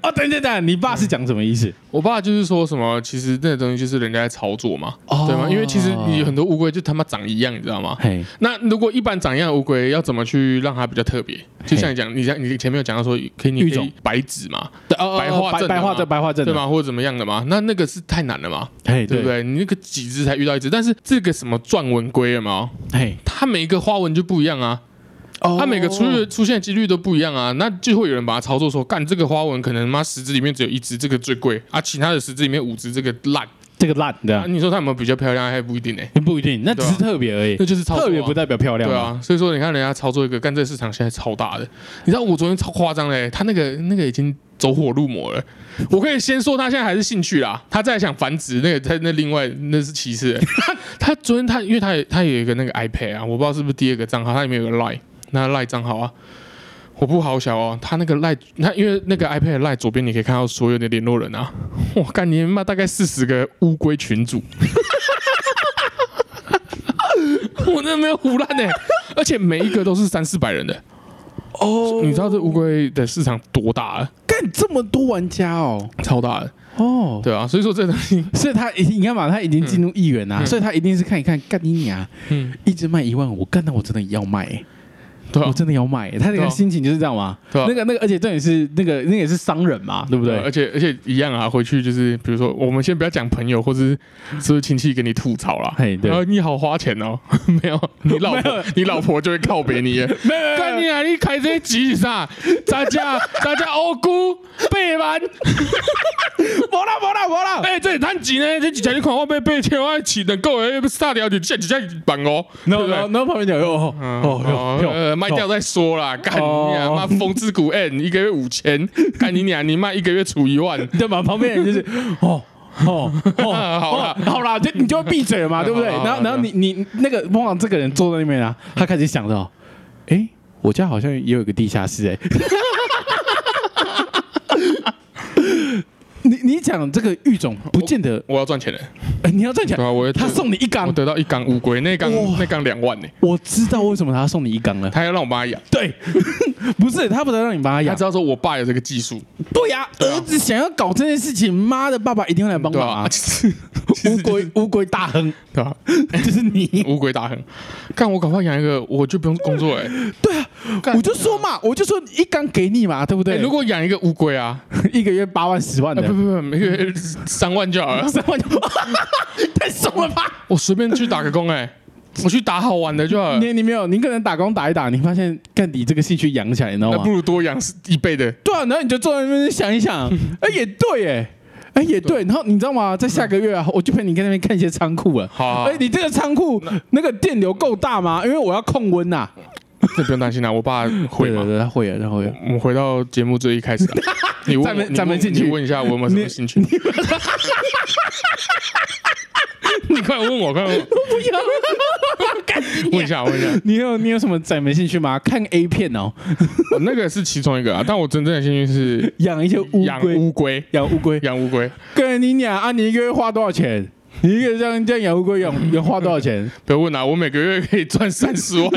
Speaker 1: 哦，等等等，你爸是讲什么意思？
Speaker 2: 我爸就是说什么，其实那个东西就是人家在操作嘛，
Speaker 1: 哦
Speaker 2: 对吗？因为其实你很多乌龟就他妈长一样，你知道吗？
Speaker 1: 嘿，
Speaker 2: 那如果一般长一样的乌龟，要怎么去让它比较特别？就像你讲，你像你前面有讲到说，可以你
Speaker 1: 育
Speaker 2: 可
Speaker 1: 种
Speaker 2: 以白纸嘛，
Speaker 1: 对哦哦哦
Speaker 2: 白化症的
Speaker 1: 白白化
Speaker 2: 嘛
Speaker 1: 症，白化症
Speaker 2: 对
Speaker 1: 的？
Speaker 2: 吗？或者怎么样的嘛？那那个是太难了嘛，
Speaker 1: 嘿，
Speaker 2: 对不对？你那个几只才遇到一只，但是这个什么转纹龟有没有？
Speaker 1: 嘿，
Speaker 2: 它每一个花纹就不一样啊，
Speaker 1: 哦
Speaker 2: 它每个出现出现的几率都不一样啊，那就会有人把它操作说，干这个花纹可能妈十只里面只有一只这个最贵啊，其他的十只里面五只这个烂
Speaker 1: 这个烂
Speaker 2: 啊，
Speaker 1: 的
Speaker 2: 你说它有没有比较漂亮还不一定呢、
Speaker 1: 不一定，那只是特别而已
Speaker 2: 那，就是操作、啊、
Speaker 1: 特别不代表漂亮。
Speaker 2: 对，啊，所以说你看人家操作一个，干这个市场现在超大的，你知道我昨天超夸张嘞，他那个那个已经走火入魔了。我可以先说他现在还是兴趣啦，他再想繁殖那个他那另外那是其次的。他昨天他因为他也他有一个那个 iPad 啊，我不知道是不是第二个账号，他里面有个 Line，那 Line 账号啊。我不好小哦，他那个 line，他因为那个 iPad 的 line 左边你可以看到所有的联络人啊，我干你妈大概四十个乌龟群主，我那没有胡乱呢、而且每一个都是三四百人的。
Speaker 1: 哦
Speaker 2: 你知道这乌龟的市场多大了？
Speaker 1: 干这么多玩家哦，
Speaker 2: 超大了，
Speaker 1: 哦，
Speaker 2: 对啊，所以说这东西，
Speaker 1: 所以他已经你看嘛，他已经进入议员啦，
Speaker 2: 嗯
Speaker 1: 所以他一定是看一看干你娘，
Speaker 2: 嗯，
Speaker 1: 一直卖一万五，干那我真的要卖、欸
Speaker 2: 对啊
Speaker 1: 我，真的要卖、欸他那
Speaker 2: 对啊
Speaker 1: 个心情就是这样嘛。
Speaker 2: 对啊
Speaker 1: 那个那个，而且重点是那个那个也是商人嘛，对不
Speaker 2: 而
Speaker 1: 对？
Speaker 2: 且而且一样啊，回去就是比如说，我们先不要讲朋友或是是亲戚跟你吐槽啦，
Speaker 1: 嘿对
Speaker 2: 然后你好花钱哦， 没有，你老
Speaker 1: 没有
Speaker 2: 婆你老婆就会靠北你了，
Speaker 1: 没有
Speaker 2: 干你啊！你开这些集是啥？咱家咱家欧姑八万，
Speaker 1: 没啦没啦没啦，
Speaker 2: 哎、欸，这趁钱呢，这几家你看我被被千万起等够哎，杀掉就这几家办哦，
Speaker 1: 然后
Speaker 2: 对不对
Speaker 1: 然后然后旁边讲哦
Speaker 2: 嗯
Speaker 1: 哦哟
Speaker 2: 呃
Speaker 1: 哟，
Speaker 2: 卖掉再说啦，干
Speaker 1: 哦
Speaker 2: 你娘妈风之谷 N 一个月五 千，干你娘你卖一个月除一万，
Speaker 1: 对嘛？旁边人就是哦。哦，哦
Speaker 2: 好啦
Speaker 1: 哦好啦，就你就会闭嘴了嘛，对不对？
Speaker 2: 好
Speaker 1: 然
Speaker 2: 啦
Speaker 1: 后，然后你你那个通常这个人坐在那边啊，他开始想着，哎，我家好像也有一个地下室，哎， 你你讲这个育种不见得，
Speaker 2: 我要赚钱了，
Speaker 1: 哎，你要赚钱
Speaker 2: 对，啊，我
Speaker 1: 他送你一
Speaker 2: 我
Speaker 1: 缸，
Speaker 2: 得到一缸乌龟，那缸
Speaker 1: 哇
Speaker 2: 那缸两万呢，
Speaker 1: 我知道为什么他送你一缸了，
Speaker 2: 他要让我妈养，
Speaker 1: 对， 不是他不能让你帮他
Speaker 2: 他
Speaker 1: 养
Speaker 2: 知，道说我爸有这个技术，
Speaker 1: 对啊呀，儿子想要搞这件事情，妈的，爸爸一定会来帮
Speaker 2: 对
Speaker 1: 忙
Speaker 2: 吧？啊
Speaker 1: 啊，
Speaker 2: 其实
Speaker 1: 乌龟乌龟大亨
Speaker 2: 对吧？
Speaker 1: 啊 就是你。
Speaker 2: 乌龟大亨，干我赶快养一个，我就不用工作哎，
Speaker 1: 对啊，
Speaker 2: 干
Speaker 1: 我就说嘛，我就说一缸给你嘛，对不对？
Speaker 2: 哎如果养一个乌龟啊，
Speaker 1: 一个月八万、十万
Speaker 2: 啊
Speaker 1: 的
Speaker 2: 不，不不，每个月三万就 好了，
Speaker 1: 三万就太松了吧？
Speaker 2: 我随便去打个工哎，我去打好玩的就好了，
Speaker 1: 你你没有，你可能打工打一打，你发现干你这个兴趣养起来，你知道
Speaker 2: 那
Speaker 1: 吗
Speaker 2: 不？如多养一倍的。
Speaker 1: 对啊，然后你就坐在那边想一 想，哎也对哎。哎，也对，然后你知道吗？在下个月啊，我就陪你在那边看一些仓库了。
Speaker 2: 好好好
Speaker 1: 哎，你这个仓库那个电流够大吗？因为我要控温啊呐。
Speaker 2: 这不用担心啦，我爸会
Speaker 1: 对
Speaker 2: 嘛。
Speaker 1: 对，他会啊，他会 啊。
Speaker 2: 我们回到节目最一 开始啊，你问
Speaker 1: 咱们
Speaker 2: 我你
Speaker 1: 咱们
Speaker 2: 问
Speaker 1: 进去
Speaker 2: 你问一下我有没有什么兴趣？ 你快问我，快问我，
Speaker 1: 不要，干
Speaker 2: 问一下，问一下，
Speaker 1: 你有你有什么展没兴趣吗？看 A 片哦，
Speaker 2: 哦那个是其中一个啊，但我真正的兴趣是
Speaker 1: 养一些乌
Speaker 2: 养
Speaker 1: 龟，
Speaker 2: 乌龟，
Speaker 1: 养乌龟。
Speaker 2: 养乌龟。
Speaker 1: 跟你讲啊，你一个月花多少钱？你一个月这样这样养乌龟 养要花多少钱？
Speaker 2: 不要问啊，我每个月可以赚三十 万。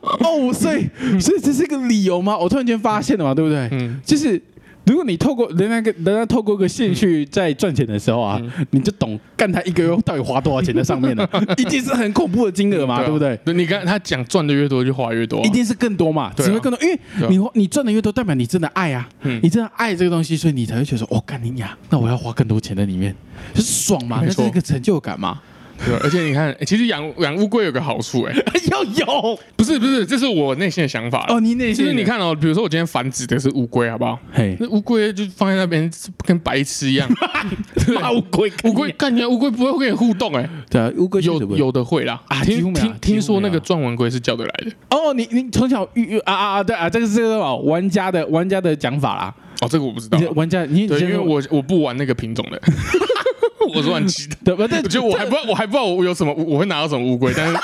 Speaker 1: 哦，所以所以这是个理由吗？我突然间发现了嘛，对不对？
Speaker 2: 嗯，
Speaker 1: 就是如果你透过人家跟人家透过一个兴趣在赚钱的时候啊，你就懂干他一个月到底花多少钱在上面 了、一定是很恐怖的金额嘛，对不啊对？？
Speaker 2: 啊你刚他讲赚的越多就花越多啊，
Speaker 1: 一定是更多嘛，
Speaker 2: 对啊
Speaker 1: 只会更多，因为
Speaker 2: 对啊
Speaker 1: 你花你赚的越多，代表你真的爱啊，
Speaker 2: 嗯
Speaker 1: 你真的爱这个东西，所以你才会觉得说，哦，干你娘，那我要花更多钱在里面，就是爽嘛，
Speaker 2: 没
Speaker 1: 那
Speaker 2: 错
Speaker 1: 是一个成就感 嘛，
Speaker 2: 对啊。而且你看，欸其实养养乌龟有个好处，哎，
Speaker 1: 要有
Speaker 2: 不是不是，这是我内心的想法。啊
Speaker 1: 哦，你内
Speaker 2: 就
Speaker 1: 心
Speaker 2: 是你，看哦，比如说我今天繁殖的是乌龟，好不好？
Speaker 1: 嘿，
Speaker 2: 那乌龟就放在那边跟白痴一 样，
Speaker 1: 骂乌 龟，
Speaker 2: 啊乌龟看起来乌龟不会跟你互动哎、
Speaker 1: 对啊，乌龟确
Speaker 2: 有
Speaker 1: 实不会
Speaker 2: 有的会啦。
Speaker 1: 啊几乎
Speaker 2: 听
Speaker 1: 没有
Speaker 2: 听
Speaker 1: 啊
Speaker 2: 听
Speaker 1: 几乎
Speaker 2: 说
Speaker 1: 没
Speaker 2: 那
Speaker 1: 有
Speaker 2: 个撞文龟是叫得来的
Speaker 1: 哦，你你从小遇遇啊啊啊，对啊，这个是这个什么玩家的玩家的讲法啦，
Speaker 2: 哦，这个我不知道
Speaker 1: 你。玩家你
Speaker 2: 对，
Speaker 1: 你先
Speaker 2: 因为
Speaker 1: 说
Speaker 2: 我我不玩那个品种的， 我是玩鸡 的。
Speaker 1: 对不对？
Speaker 2: 我觉得我还不知道，我还不知道我有什么，我会拿到什么乌龟， 但是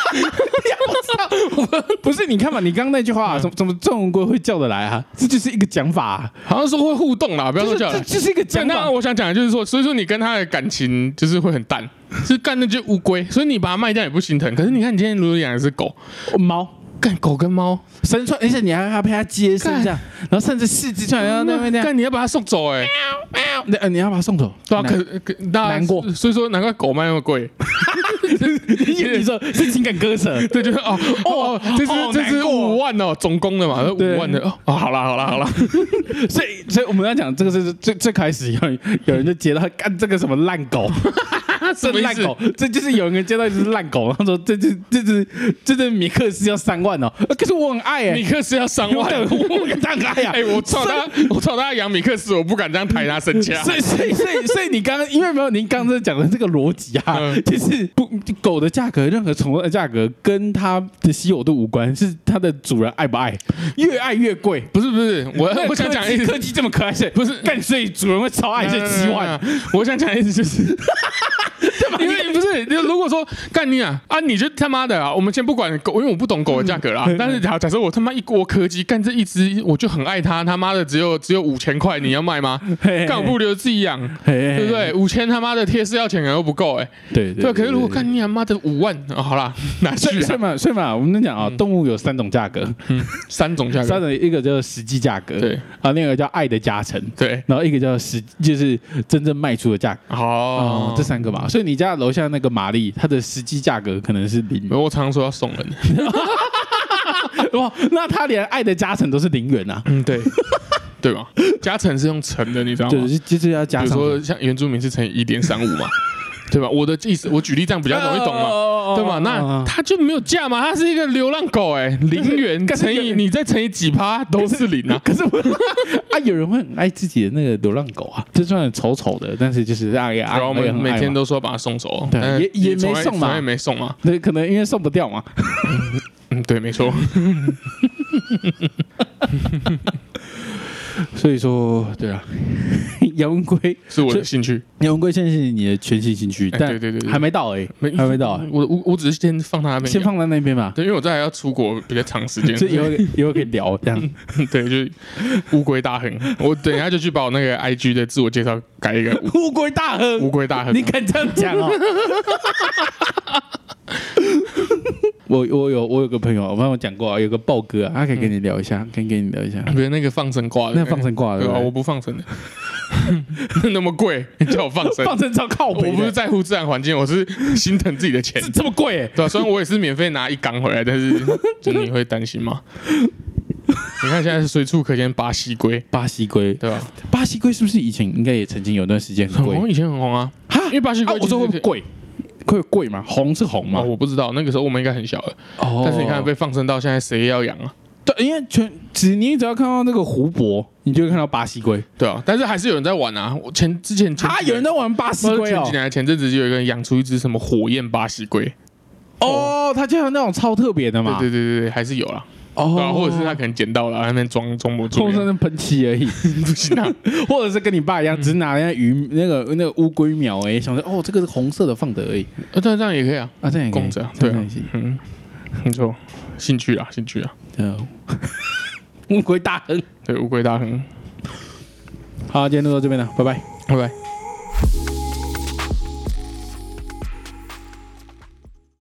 Speaker 1: 不是你看嘛，你刚刚那句
Speaker 2: 嗯
Speaker 1: 话、怎么怎么中文龟会叫得来啊？这就是一个讲法、啊，
Speaker 2: 好像说会互动啦，不要
Speaker 1: 就
Speaker 2: 说
Speaker 1: 是
Speaker 2: 叫得
Speaker 1: 这
Speaker 2: 来。
Speaker 1: 这是一个讲
Speaker 2: 讲
Speaker 1: 法啊
Speaker 2: 到。我想讲的就是说，所以说你跟他的感情就是会很淡，是干那只乌龟，所以你把它卖掉也不心疼。可是你看你今天如果养的是狗，
Speaker 1: 猫
Speaker 2: 干狗跟猫，
Speaker 1: 身穿，而且你还要陪它接生
Speaker 2: 干
Speaker 1: 这样，然后甚至四肢穿，然后那边那样，
Speaker 2: 干你要把它送走哎、
Speaker 1: 那呃你要把它送走，
Speaker 2: 对啊，
Speaker 1: 难
Speaker 2: 可可那
Speaker 1: 难过
Speaker 2: 所以说难怪狗卖那么贵。
Speaker 1: 你说是情感割舍，
Speaker 2: 对，就是哦哦，这
Speaker 1: 哦
Speaker 2: 是这
Speaker 1: 难
Speaker 2: 是
Speaker 1: 过
Speaker 2: 五万哦，总共的嘛，这
Speaker 1: 对
Speaker 2: 五万的哦，哦好啦好啦好啦，
Speaker 1: 所以所以我们要讲这个是最最开始有有人就接到干这个什么烂 狗，这
Speaker 2: 什么意
Speaker 1: 烂
Speaker 2: 思
Speaker 1: 狗，这就是有人接到一只烂狗，然后说这只这只这只米克斯要三万哦，呃可是我很爱 哎
Speaker 2: 米，克斯要三
Speaker 1: 我
Speaker 2: 万
Speaker 1: 很，我很 爱啊呀，
Speaker 2: 哎，我操他，我操他养米克斯，我不敢这样抬他身价。
Speaker 1: 所以，所以，所以，所以你刚刚因为没有您刚刚讲的这个逻辑啊，
Speaker 2: 嗯
Speaker 1: 就是不狗的价格，任何宠物的价格跟它的稀有度无关，是它的主人爱不爱，越爱越贵。
Speaker 2: 不是不是，我嗯我想讲的意思
Speaker 1: 科技这么可爱，是
Speaker 2: 不是
Speaker 1: 干，所以主人会超爱，所以七
Speaker 2: 嗯
Speaker 1: 万，。
Speaker 2: 我想讲的意 思就是，因为不是，就如果说干你啊啊，你就他妈的啊！我们先不管狗，因为我不懂狗的价格啦。
Speaker 1: 嗯
Speaker 2: 但是假假设我他妈一锅柯基干这一只，我就很爱它，他妈的只有只有五千块，你要卖吗？
Speaker 1: 嘿
Speaker 2: 干我不如留自己养，对
Speaker 1: 对
Speaker 2: 不对？？五千他妈的贴士要钱可能又不够哎。
Speaker 1: 对
Speaker 2: 对，可是如果干你啊妈的五万，哦好啦，拿
Speaker 1: 所以
Speaker 2: 去
Speaker 1: 所
Speaker 2: 啊
Speaker 1: 以嘛，所以嘛，我们讲啊，动物有三种价格，
Speaker 2: 三种价
Speaker 1: 三
Speaker 2: 格，
Speaker 1: 种一个叫实际价格，
Speaker 2: 对
Speaker 1: 啊，另一个叫爱的加成，
Speaker 2: 对，
Speaker 1: 然后一个叫实就是真正卖出的价格。哦
Speaker 2: 好，，
Speaker 1: 这三个嘛，所以你家楼下那个玛丽，它的实际价格可能是零
Speaker 2: 我常说要送人。
Speaker 1: 哇，那它连爱的加成都是零元啊，
Speaker 2: 嗯，对， 对吧？加成是用乘的，你知道
Speaker 1: 对，
Speaker 2: 吗？
Speaker 1: 就是就是要加
Speaker 2: 哦比如
Speaker 1: 上
Speaker 2: 说像原住民是乘以一点三五 嘛，对吧？我的意思，我举例这样比较容易
Speaker 1: 哦
Speaker 2: 懂嘛，
Speaker 1: 嘛
Speaker 2: 对吧？那它就没有价嘛，它是一个流浪狗哎、零元
Speaker 1: 可是
Speaker 2: 乘以你再乘以几趴都是零啊。
Speaker 1: 可是我啊，有人会很爱自己的那个流浪狗啊，就算丑丑的，但是啊就是让人爱，
Speaker 2: 然后我们每天
Speaker 1: 都
Speaker 2: 都说把它送走，
Speaker 1: 哎对
Speaker 2: 但
Speaker 1: 也也没
Speaker 2: 从来
Speaker 1: 送嘛
Speaker 2: 从来没送嘛。
Speaker 1: 对，可能因为送不掉嘛。
Speaker 2: 嗯，对，没错。
Speaker 1: 所以说，对啊， 杨文龟，
Speaker 2: 是我的兴趣。
Speaker 1: 杨文龟现在是你的全新兴趣，
Speaker 2: 哎
Speaker 1: 但
Speaker 2: 对对对对
Speaker 1: 还没到哎，还没到啊，
Speaker 2: 我我我只是先放它那边，
Speaker 1: 先。放在那边嘛，
Speaker 2: 对，因为我再来要出国比较长时 间，
Speaker 1: 所以以后以后可以聊这样。
Speaker 2: 对，就是乌龟大亨。我等一下就去把我那个 IG 的自我介绍改一个
Speaker 1: 乌龟大亨，
Speaker 2: 乌龟大亨。啊
Speaker 1: 你敢这样讲哦？我我有我有个朋友，我帮我讲过啊，有个豹哥、啊，他可以跟你聊一下，可以跟你聊一下。
Speaker 2: 别那个放生挂的，
Speaker 1: 那放生挂的
Speaker 2: 嗯哦对吧？
Speaker 1: 对
Speaker 2: 我不放生的，那么贵，你叫我放生？
Speaker 1: 放生超靠
Speaker 2: 我
Speaker 1: 北的，
Speaker 2: 不是在乎自然环境，我是心疼自己的钱，
Speaker 1: 这么贵、欸，
Speaker 2: 对吧、虽然我也是免费拿一缸回来，但是就你会担心吗？你看现在是随处可见巴西龟，
Speaker 1: 巴西龟，
Speaker 2: 对吧？
Speaker 1: 巴西龟是不是以前应该也曾经有段时间很
Speaker 2: 很
Speaker 1: 贵
Speaker 2: 红，以前很红啊，
Speaker 1: 哈
Speaker 2: 因为巴西
Speaker 1: 啊
Speaker 2: 龟？
Speaker 1: 我说会不
Speaker 2: 其实
Speaker 1: 会贵？会贵吗？红是红
Speaker 2: 哦，
Speaker 1: 吗？
Speaker 2: 我不知道，那个时候我们应该很小了，
Speaker 1: 哦
Speaker 2: 但是你看被放生到现在，谁要养啊？
Speaker 1: 对，因为全只你只要看到那个湖泊，你就会看到巴西龟。
Speaker 2: 对啊，但是还是有人在玩啊。我前之前前
Speaker 1: 啊，有人在玩巴西龟
Speaker 2: 前
Speaker 1: 哦
Speaker 2: 几！年前阵子就有一个人养出一只什么火焰巴西龟，
Speaker 1: 哦，它就像那种超特别的嘛。
Speaker 2: 对对对对，还是有啦。对吧、
Speaker 1: 哦
Speaker 2: 或者是他可能捡到了，啊在那边装装模作
Speaker 1: 碰上
Speaker 2: 样，
Speaker 1: 那喷漆而已，嗯
Speaker 2: 不行啊，
Speaker 1: 或者是跟你爸一样，只拿那鱼那个那个乌龟苗哎，想说哦这个是红色的放的而已
Speaker 2: 呃，但这样也可以啊，
Speaker 1: 啊，这样也可以
Speaker 2: 供着，
Speaker 1: 这
Speaker 2: 对
Speaker 1: 样
Speaker 2: 啊
Speaker 1: 也行，
Speaker 2: 嗯，没错，兴趣啊，兴趣啊，
Speaker 1: 对啊， 乌龟大亨。
Speaker 2: 对，乌龟大亨，
Speaker 1: 好，今天就到这边了，拜拜。
Speaker 2: 拜拜。